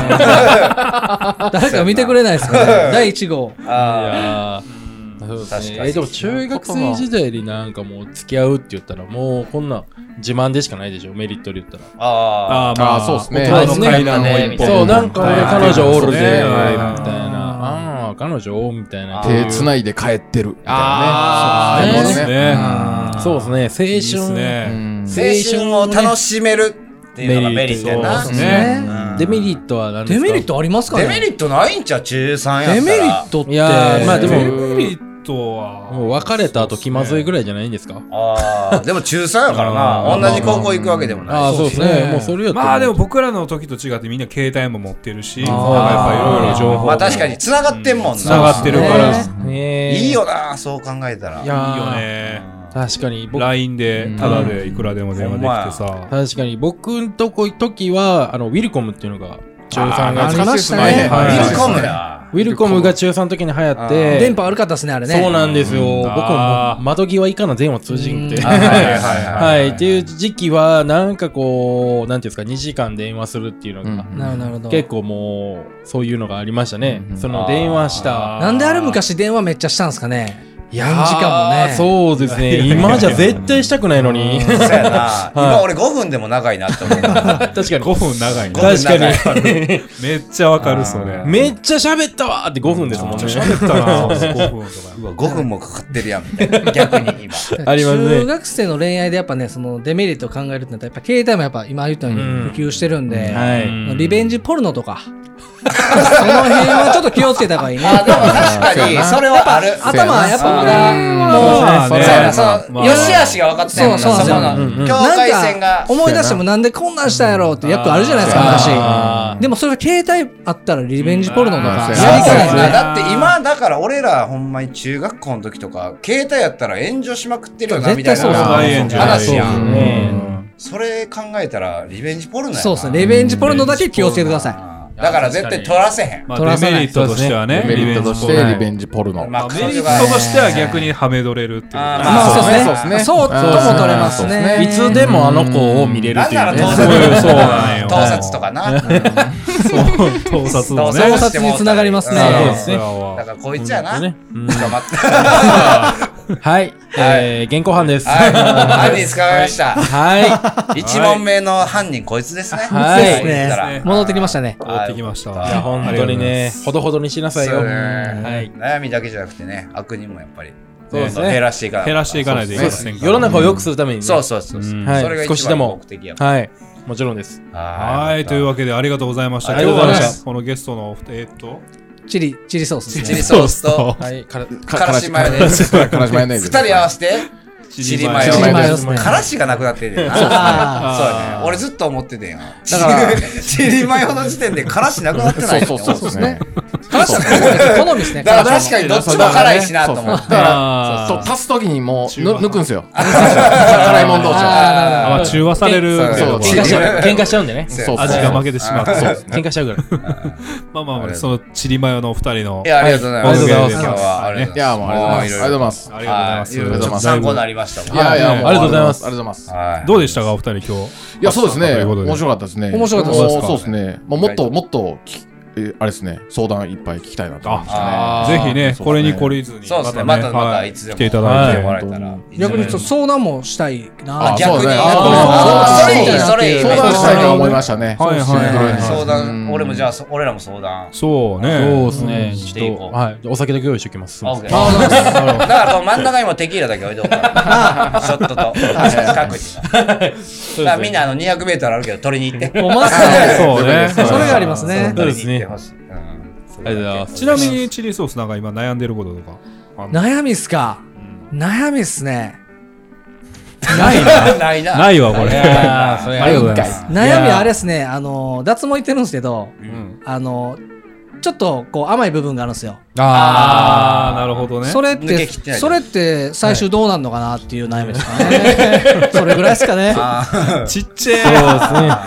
Speaker 4: 誰か見てくれないですよね。第1号。
Speaker 1: あ
Speaker 2: あーそうです
Speaker 1: 確
Speaker 2: ね
Speaker 1: かに
Speaker 2: えでも中学生時代になんかもう付き合うって言ったらもうこんなん自慢でしかないでしょメリットで言ったら
Speaker 1: ーあ
Speaker 3: あーまあ
Speaker 5: あーそうっすね
Speaker 3: 大人の階段を一歩
Speaker 1: そう
Speaker 2: そうなんか俺彼女おるぜみたい
Speaker 3: はい
Speaker 2: なああー彼女おみたいな
Speaker 5: 手つ
Speaker 2: い
Speaker 5: ないで帰ってるみたいなね
Speaker 2: あー
Speaker 5: そう
Speaker 2: いいっ
Speaker 3: すね
Speaker 5: うん
Speaker 2: うそうです
Speaker 3: いいっ
Speaker 2: ね
Speaker 3: す
Speaker 2: 青春
Speaker 3: ね
Speaker 5: うん
Speaker 1: ー青春を楽しめるっていうのがメリットやな。
Speaker 2: そう
Speaker 4: ね
Speaker 1: うん
Speaker 2: デメリットは何で
Speaker 4: デ
Speaker 2: すか
Speaker 4: メリットありますかね
Speaker 1: デメリットないんちゃう中3やったら
Speaker 4: デメリットって。
Speaker 2: いやーまあでも
Speaker 3: デメリットは
Speaker 2: もう別れた後気まずいぐらいじゃないんですか
Speaker 1: ああでも中3やから
Speaker 2: あ
Speaker 1: な
Speaker 2: ー
Speaker 1: 同じ高校行くわけでも
Speaker 2: あ
Speaker 1: な
Speaker 2: あ
Speaker 1: いし
Speaker 2: そうですねもうそれやったら
Speaker 3: まあでも僕らの時と違ってみんな携帯も持ってるしやっぱいろいろ情報
Speaker 1: まあ確かに繋がってんもんな
Speaker 3: つながってるから
Speaker 4: ね
Speaker 2: ねえ
Speaker 1: いいよなそう考えたら
Speaker 2: いやー
Speaker 3: いいよね
Speaker 2: 確かに僕
Speaker 3: LINE でタダでいくらでも電話できてさ
Speaker 2: 確かに僕んとこ時はあのウィルコムっていうのが中3が
Speaker 4: ありましたね
Speaker 5: 懐
Speaker 1: ウ
Speaker 5: かしいっ
Speaker 1: ィ
Speaker 5: す
Speaker 1: ル
Speaker 5: ね
Speaker 1: コムや
Speaker 2: ウィルコムが中3の時に流行っ
Speaker 1: あ
Speaker 2: て
Speaker 1: ー
Speaker 4: 電波悪かったですね、あれね。
Speaker 2: そうなんですよ
Speaker 3: ん
Speaker 2: 僕
Speaker 3: あ
Speaker 2: も
Speaker 3: ー
Speaker 2: 窓際以下の全は通じんくて
Speaker 4: うん
Speaker 1: はいはい
Speaker 2: は
Speaker 1: はい
Speaker 2: いっていう時期はなんかこうなんていうんですか2時間電話するっていうのが
Speaker 5: うん
Speaker 4: なるほどなるほど。
Speaker 2: 結構もうそういうのがありましたね
Speaker 5: うん
Speaker 2: その電話した
Speaker 4: なんであれ昔電話めっちゃしたんですかね。
Speaker 2: いや
Speaker 4: 何時間もね
Speaker 2: そうですね今じゃ絶対したくないのに
Speaker 1: そうやな今俺5分でも長いなって思うな
Speaker 2: 確かに
Speaker 3: 5分長い
Speaker 1: 5
Speaker 3: ね
Speaker 1: 分
Speaker 2: 確かに
Speaker 1: 長い
Speaker 3: めっちゃわかるそれ
Speaker 2: めっちゃ喋ったわーって5分ですもんね
Speaker 3: 喋ったな5分とか
Speaker 1: うわ5分もかかってるやんみたいな逆に今
Speaker 2: ありますね
Speaker 4: 中学生の恋愛でやっぱね、そのデメリットを考えるってなったら、やっぱ携帯もやっぱ今言ったように
Speaker 2: うん
Speaker 4: 普及してるんで、
Speaker 2: はい
Speaker 4: リベンジポルノとか、その辺はちょっと気をつけた方がいいね。
Speaker 1: あでも確かにそれはある
Speaker 4: 頭やっぱまだ、
Speaker 3: まあ
Speaker 1: そうやな、
Speaker 3: ね
Speaker 1: そ
Speaker 3: ま
Speaker 1: の、
Speaker 3: あ
Speaker 1: よしあしが分かってんもんな、
Speaker 4: そうそう
Speaker 1: そこ
Speaker 4: うん
Speaker 2: うん
Speaker 1: の、境界
Speaker 4: な
Speaker 1: 線
Speaker 4: んか
Speaker 1: が。
Speaker 4: 思い出してもなんでこんなんしたんやろうってやっぱあるじゃないですか、
Speaker 2: あー
Speaker 4: 話。でもそれが携帯あったらリベンジポルノとか、
Speaker 5: うん
Speaker 1: そう
Speaker 4: やり
Speaker 1: や
Speaker 4: たい
Speaker 1: な
Speaker 4: ね。
Speaker 1: だって今、だから俺らほんまに中学校の時とか、携帯やったら炎上しまくってるよな、み
Speaker 4: 絶
Speaker 1: たい
Speaker 4: 対そう
Speaker 1: な
Speaker 4: そう
Speaker 1: 話や
Speaker 2: そ
Speaker 1: ん。
Speaker 2: う
Speaker 1: それ考えたら、リベンジポルノやな。
Speaker 4: そうですね、リベンジポルノだけ気をつけてください。
Speaker 1: だから絶対取らせへん。
Speaker 3: まあデメリットとしてはね
Speaker 5: デメリットとしてリベンジポルノ
Speaker 1: まあ、
Speaker 3: メ
Speaker 1: 彼
Speaker 3: リ
Speaker 1: 女
Speaker 3: ット
Speaker 1: が。
Speaker 3: としては逆にはめ取れるっていう。
Speaker 1: あー
Speaker 4: まあそうですね。
Speaker 5: そうですね
Speaker 4: そうとも取れます
Speaker 5: そうです
Speaker 4: ね。
Speaker 5: ね
Speaker 2: いつでもあの子を見れる
Speaker 1: な
Speaker 2: っ
Speaker 1: ん
Speaker 2: てい
Speaker 1: なら
Speaker 2: うね
Speaker 1: 盗
Speaker 3: そう
Speaker 1: 撮
Speaker 3: そうなんよ
Speaker 1: (laughs) 盗撮とかな。
Speaker 3: 盗撮
Speaker 1: 盗
Speaker 3: も
Speaker 1: 撮
Speaker 3: ね。
Speaker 1: しても
Speaker 4: 盗撮に繋がりますね
Speaker 1: うん
Speaker 2: そうですね
Speaker 1: だからこいつやな。捕
Speaker 2: うん
Speaker 1: まって。
Speaker 2: はい、えー、現行犯です。
Speaker 1: はい。犯人捕まえました。
Speaker 2: (laughs) は
Speaker 1: 一問目の犯人こいつですね。
Speaker 2: はい
Speaker 1: そう言ったら
Speaker 3: そうですね
Speaker 4: 戻ってきましたね。
Speaker 3: 戻ってきました。
Speaker 1: い
Speaker 2: い。いや、本当にね、ほどほどにしなさいよ。
Speaker 1: そうね
Speaker 2: はい。
Speaker 1: 悩みだけじゃなくてね、悪人もやっぱり。
Speaker 2: そうですね
Speaker 1: どんどん減らしていかないと
Speaker 3: 減らしていかないといけませんから。
Speaker 2: 世の中を良くするためにね。
Speaker 1: そうそうそうそう。
Speaker 3: うん
Speaker 2: はい
Speaker 1: それが
Speaker 2: 少
Speaker 1: 一
Speaker 2: しで
Speaker 1: 番
Speaker 2: も
Speaker 1: 目的やもん。
Speaker 2: はい。もちろんです。
Speaker 1: は
Speaker 3: はい、というわけでありがとうございました。
Speaker 2: ありがとうございました
Speaker 3: 今日はねこのゲストのお二人、えっと、
Speaker 4: チリ、チリソースです
Speaker 1: チ
Speaker 4: ね。
Speaker 1: リソースと
Speaker 2: はい。から
Speaker 1: からしマヨネーズ。
Speaker 5: 悲しまれないで
Speaker 1: 二人合わせてちりマ
Speaker 4: マ
Speaker 1: ヨ
Speaker 4: ヨ
Speaker 1: チリマ
Speaker 4: チリマヨっす
Speaker 1: ヨ
Speaker 4: ね
Speaker 1: からしがなくなってんだよなそう
Speaker 4: あ
Speaker 1: だね俺ずっと思っててんよだ (laughs) からチリマヨの時点でからしなくなってない
Speaker 5: そうそうそう
Speaker 1: う
Speaker 5: ですね。
Speaker 4: 辛さ好みですね。
Speaker 1: だから
Speaker 4: 辛
Speaker 1: 確かに
Speaker 4: さも
Speaker 1: どっちも辛いしなと思って
Speaker 3: あ
Speaker 5: そう、足すときにもう、ぬ抜くんですよ。辛
Speaker 1: 辛
Speaker 5: いもん同士を。
Speaker 3: ー
Speaker 1: あ
Speaker 3: まあ中和されるけど
Speaker 5: そうそう
Speaker 2: 喧嘩しちゃう喧嘩しちゃうんでね
Speaker 1: ー
Speaker 5: そうそう
Speaker 3: 味が負けてしまった
Speaker 5: そう
Speaker 2: 喧嘩しちゃうぐらい
Speaker 3: まあまあま
Speaker 1: あ
Speaker 3: あ
Speaker 1: れ
Speaker 3: そのちりマヨのお二人の
Speaker 1: いやありがとうございます
Speaker 3: ありがとうござ
Speaker 1: 今
Speaker 3: います
Speaker 1: 日はありがとうございます
Speaker 5: いや、もうあり
Speaker 3: ありがとうござい
Speaker 5: がとうございます。ありがとうございます。
Speaker 3: ます
Speaker 1: 参考になりました
Speaker 5: いやいや、も
Speaker 2: ありがとうございます
Speaker 5: ありがとうございます。
Speaker 1: はい
Speaker 3: どうでしたかお二人今日
Speaker 5: いや、そうです
Speaker 3: と
Speaker 5: ね。
Speaker 3: いうことで
Speaker 5: 面白かったですね。
Speaker 4: 面白かった
Speaker 5: で
Speaker 4: ですす
Speaker 5: ね。そうですね。もうもっと、もっとき、えーあれですね、相談いっぱい聞きたいなと思いましたね。
Speaker 1: あ
Speaker 3: ぜ
Speaker 1: ー
Speaker 3: ひね
Speaker 5: そう
Speaker 3: これに懲りずに
Speaker 1: そうですねまたま
Speaker 3: は
Speaker 1: たいつでも
Speaker 3: 来ていた
Speaker 1: 来
Speaker 3: だ
Speaker 1: て
Speaker 3: い
Speaker 1: も
Speaker 3: て
Speaker 1: らえたら
Speaker 4: 逆にちょっと相談もしたいな
Speaker 5: あ
Speaker 1: あ逆に
Speaker 5: そうね
Speaker 1: あ
Speaker 4: あー
Speaker 1: それいい
Speaker 4: そう
Speaker 1: それいい
Speaker 5: 相談したいなと思いましたね。
Speaker 3: はいはいはいはい
Speaker 1: 相談俺もじゃ
Speaker 5: あ。
Speaker 1: あそ俺らも相談
Speaker 3: そうね
Speaker 2: そうですね
Speaker 1: うん
Speaker 2: ちょっとはいお酒だけ用意しておきます
Speaker 1: オッケー (laughs) だからこの真ん中にもテキーラだけ置いておくからショットと各自のだからみんなあの 200m あるけど取りに行って
Speaker 4: もうまさに
Speaker 3: そうね
Speaker 4: それがありますね
Speaker 2: そうですね
Speaker 1: あ
Speaker 2: ありがとうございます
Speaker 3: ちなみにチリソースなんか今悩んでることとか
Speaker 4: 悩みっすか悩みっすね
Speaker 3: (laughs) ない
Speaker 1: ないな
Speaker 3: ないわこれ
Speaker 2: いやーそれ
Speaker 3: ありがとうございます
Speaker 4: 悩みあれ
Speaker 3: い
Speaker 4: っすねあの脱毛行ってるんですけど
Speaker 1: うん
Speaker 4: あのちょっとこう甘い部分があるんですよ
Speaker 3: やーあーなるほどね
Speaker 4: それっ
Speaker 1: 抜け
Speaker 4: て
Speaker 1: きってない
Speaker 4: それって最終どうなんのかなっていう悩みですかね (laughs) それぐらいですかね
Speaker 3: ちっちゃ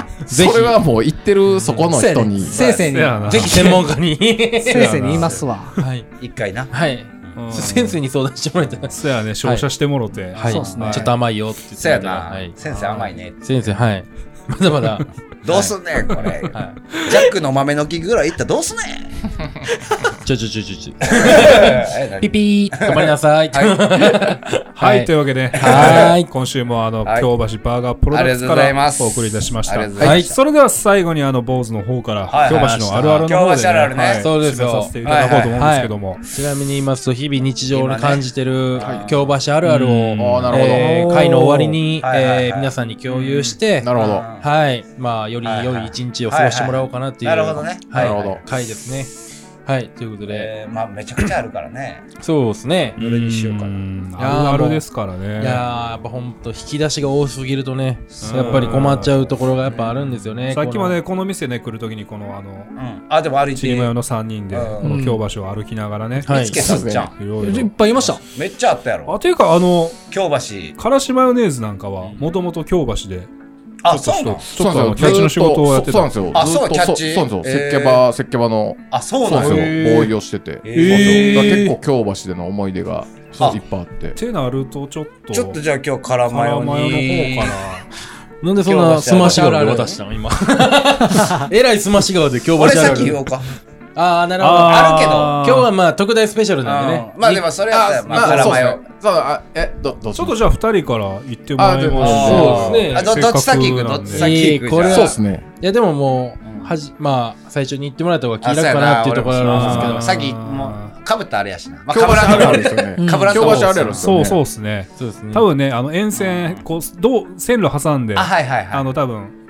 Speaker 3: い
Speaker 5: それはもう言ってるそこの人に。
Speaker 4: 先生に
Speaker 3: せや
Speaker 2: (laughs)
Speaker 3: な
Speaker 2: ぜひ専門家に
Speaker 4: 先生に言いますわ
Speaker 2: (laughs) はい
Speaker 1: 一回な
Speaker 2: はい
Speaker 3: うん
Speaker 2: 先生に相談してもらいたいです
Speaker 3: そやね照射してもろて
Speaker 2: はい
Speaker 4: そうっすね
Speaker 2: ちょっと甘いよって言って
Speaker 1: そうやな
Speaker 2: はい
Speaker 1: 先生甘いね
Speaker 2: 先生はい (laughs) まだまだ
Speaker 1: どうすんねんこれ
Speaker 2: は
Speaker 1: ジャックの豆の木ぐらいいったらどうすんねん
Speaker 2: いちょちょちょちょちょ
Speaker 1: え何
Speaker 2: ピピー止まりなさい
Speaker 3: は
Speaker 2: (laughs) はい
Speaker 3: い、というわけで、
Speaker 2: はーい
Speaker 3: (laughs) 今週もあの、
Speaker 1: はい
Speaker 3: 京橋バーガープロ
Speaker 1: あ
Speaker 3: ダクツか
Speaker 1: りがとうござい
Speaker 3: ら
Speaker 1: ます
Speaker 3: お送りいたしました。
Speaker 1: ありがとうございま
Speaker 3: はい、
Speaker 1: した
Speaker 3: それでは最後にあの、坊主の方から、
Speaker 1: はい
Speaker 3: 京橋のあるあるの方で、
Speaker 1: 京橋あるあるね
Speaker 3: はい
Speaker 2: そうですよ
Speaker 3: 締めさせていただこうと思うんですけども、
Speaker 2: ちなみに言いますと日々日常に感じてる京橋あるあるを、
Speaker 3: うん
Speaker 5: ああ、なるほど。
Speaker 2: えー会の終わりに、
Speaker 1: はいはいはい
Speaker 2: えー皆さんに共有して、
Speaker 5: なるほど。
Speaker 2: はい、まあ、より
Speaker 1: はい
Speaker 2: 良
Speaker 1: はい
Speaker 2: い一日を過ごしてもらおうかなっていう、
Speaker 1: なるほどね
Speaker 2: はい、
Speaker 5: なるほど
Speaker 2: 会ですね。はい、ということで、
Speaker 1: えーまあめちゃくちゃあるからね
Speaker 2: そうですね。
Speaker 3: どれにしようか
Speaker 2: やー
Speaker 3: な。あるあるですからね。
Speaker 2: いやー、やっぱ本当引き出しが多すぎるとね、やっぱり困っちゃうところがやっぱあるんですよね。
Speaker 3: さっきま
Speaker 2: この
Speaker 3: でこの店ね、来るときに、この、あの、
Speaker 1: うんあでも歩い
Speaker 3: ち
Speaker 1: て
Speaker 3: り
Speaker 1: る
Speaker 3: まよの3人で、
Speaker 1: うん
Speaker 3: この京橋を歩きながらね、
Speaker 2: はい
Speaker 1: つけさっちゃん
Speaker 3: いろい
Speaker 4: いっ
Speaker 3: ろ。
Speaker 4: ぱいいました
Speaker 1: めっちゃあったや
Speaker 3: あ、
Speaker 1: ろ
Speaker 3: というか、あの、
Speaker 1: 京橋
Speaker 3: からしマヨネーズなんかは、もともと京橋で、
Speaker 1: あそうなん
Speaker 3: ち
Speaker 5: そ
Speaker 3: ょっ
Speaker 5: うな
Speaker 3: と
Speaker 5: ん
Speaker 3: キ
Speaker 5: で
Speaker 3: ャッ
Speaker 5: すよ。
Speaker 3: チの仕事をやって
Speaker 5: ず
Speaker 3: た
Speaker 5: とそうなん。ですよ。
Speaker 1: あそう
Speaker 5: ずっと
Speaker 1: キャッチ
Speaker 5: そうそうなんですよ。
Speaker 1: えー
Speaker 5: 接客場、接客場の。
Speaker 1: あそう
Speaker 5: そ
Speaker 1: な
Speaker 5: うなん
Speaker 1: よ
Speaker 5: んですよ。合意をしてて。
Speaker 1: え
Speaker 3: ー
Speaker 5: そうそうだから結構京橋での思い出がそういっぱいあって。
Speaker 3: ってなると、ちょっと、
Speaker 1: ちょっとじゃあ今日辛
Speaker 3: カ
Speaker 1: マ
Speaker 3: ラ
Speaker 1: ヨ
Speaker 3: マヨ
Speaker 1: に
Speaker 3: の方から。
Speaker 2: なんでそんなスマッシュ顔で渡したの今。 (laughs) えらいスマッシュ顔で京橋あ
Speaker 1: 俺
Speaker 2: るあ
Speaker 1: 先言お
Speaker 2: る。
Speaker 1: うか
Speaker 2: あー、なるほど。
Speaker 1: あ
Speaker 2: あ
Speaker 1: るけど
Speaker 2: 今日はまあ特大スペシャルなんでね。
Speaker 1: うんまあでもそれやったらまあ辛マヨ
Speaker 5: そうあえどどう
Speaker 3: ちょっとじゃあ二人から言ってもらいまし
Speaker 5: あ
Speaker 3: ょ
Speaker 2: そうですね
Speaker 1: あどどっち先行くどっち先行く
Speaker 2: いいこれ
Speaker 5: そうですね。
Speaker 2: いやでももう、はじ、まあ、最初に言ってもらえた方が気楽かなっていうところなんですけ
Speaker 3: あ
Speaker 2: ど。
Speaker 1: さ
Speaker 3: そう
Speaker 1: っ
Speaker 3: やな
Speaker 1: きもうかぶったあれやしなまあ
Speaker 5: 京橋
Speaker 1: かぶらん
Speaker 5: あるあ
Speaker 1: と
Speaker 5: るですよね。
Speaker 4: うん
Speaker 1: かぶらんと
Speaker 5: 京橋あるやろ。
Speaker 3: そうそう
Speaker 5: う。
Speaker 3: ですね。
Speaker 2: そうですね。
Speaker 3: 多分ね、あの沿線、こう、どう、線路挟んで、
Speaker 1: あ
Speaker 3: あ
Speaker 1: はいはいはい
Speaker 3: の多分、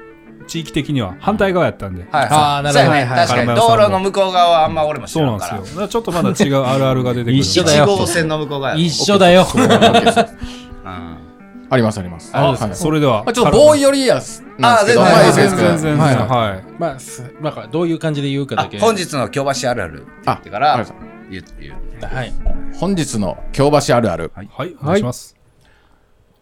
Speaker 3: 地域的には反対側やったんで。
Speaker 1: はい
Speaker 2: あーなるほど
Speaker 1: そうやね
Speaker 2: はいはい
Speaker 1: 確かに
Speaker 3: カラマヨ
Speaker 1: 道
Speaker 3: さんも
Speaker 1: 路の向こう側はあんま俺も知
Speaker 3: そう
Speaker 1: ら
Speaker 3: なん
Speaker 1: ん
Speaker 3: で
Speaker 1: か
Speaker 3: すよ。
Speaker 1: ら
Speaker 3: だからちょっとまだ違うあるあるが出てくる。
Speaker 2: 一緒だよ
Speaker 1: 1号線の向こう側やね
Speaker 2: 一緒だよ。
Speaker 1: うん
Speaker 5: (laughs) ありますあります。
Speaker 2: あるんで
Speaker 5: はい
Speaker 2: すか
Speaker 3: それでは。
Speaker 5: まあちょっとボーイよりやす。なんですけど
Speaker 1: あ
Speaker 5: ま
Speaker 1: ー
Speaker 5: あ
Speaker 1: 全然
Speaker 3: 全然、
Speaker 5: は
Speaker 3: はいい、
Speaker 5: はい。
Speaker 3: はい。
Speaker 2: (laughs) まあ、すまあ、どういう感じで言うか
Speaker 1: あ
Speaker 2: だけ。
Speaker 1: 本。日の京橋あるあるって言ってか
Speaker 5: ああり
Speaker 1: ら
Speaker 5: がとうござい
Speaker 1: 言って言う
Speaker 2: はい。
Speaker 5: ます本日の京橋あるある。
Speaker 3: はい、お願いします。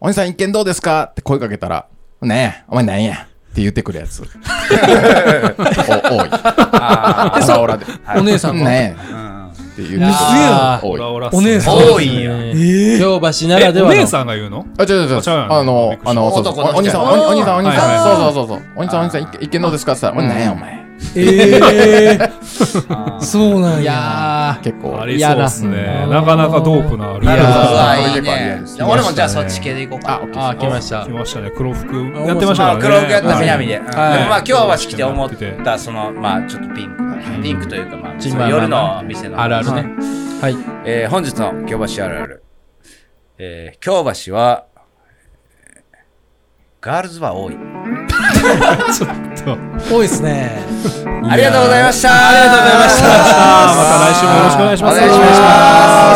Speaker 5: お兄さん一見どうですかって声かけたら、ねえ、お前なんやって言ってくるやつ。 (laughs) お多い。
Speaker 1: あ
Speaker 5: オラオラで。
Speaker 4: お姉さんも
Speaker 5: ねえ
Speaker 1: ーうん
Speaker 5: って言ってくる
Speaker 2: あ
Speaker 5: 多い。
Speaker 3: オラ
Speaker 4: お姉さん
Speaker 1: 多いんや
Speaker 2: ー京橋な
Speaker 3: え、
Speaker 2: らで
Speaker 3: お
Speaker 2: はの。
Speaker 3: 姉さんが言うの
Speaker 5: あ、違う違う
Speaker 3: あ違う
Speaker 5: 違う。
Speaker 3: よね
Speaker 5: あの、あの、そうそう。
Speaker 1: 男の人
Speaker 5: おお兄さん、お
Speaker 1: あー
Speaker 5: お兄さん、お兄
Speaker 3: はい
Speaker 5: さ
Speaker 3: はい
Speaker 5: ん。そうそうそうそう。お兄さん、お兄さん、一見一見どうですかって言ったら、おい、なんやお前。
Speaker 2: (laughs)
Speaker 4: ええ
Speaker 1: あー
Speaker 4: そうなん
Speaker 2: い
Speaker 4: や
Speaker 2: や
Speaker 5: 結構。
Speaker 3: あ
Speaker 5: あ
Speaker 3: りそうですね。なかなかドープなある。
Speaker 1: なるほど
Speaker 2: いやー
Speaker 1: あーいいね
Speaker 5: 結構ありがとうございます
Speaker 1: 俺もじゃあそっち系で行こうか
Speaker 5: オッケ
Speaker 2: ー、あ
Speaker 5: ー
Speaker 2: ー、
Speaker 5: です
Speaker 2: 来ました
Speaker 3: 来。ましたね。黒服やってました
Speaker 1: まあ、
Speaker 3: からね。
Speaker 1: 黒くやった南で。
Speaker 3: は
Speaker 1: うん
Speaker 3: い
Speaker 1: でもまあ、今日は来て思っ
Speaker 3: はい
Speaker 1: た、その、まあ、ちょっとピンクだね。ピンクというか、まあ、
Speaker 2: チ
Speaker 1: そ
Speaker 2: ンマ
Speaker 1: の
Speaker 2: ン
Speaker 1: 夜の店の。
Speaker 2: あるあるね。はい。
Speaker 1: えー本日の京橋あるある。えー京橋は、ガールズバー多い。
Speaker 4: 多いっすね
Speaker 1: ありがとうございましたありがとうございました
Speaker 3: また来週もよろしくお願いします。
Speaker 1: お願いします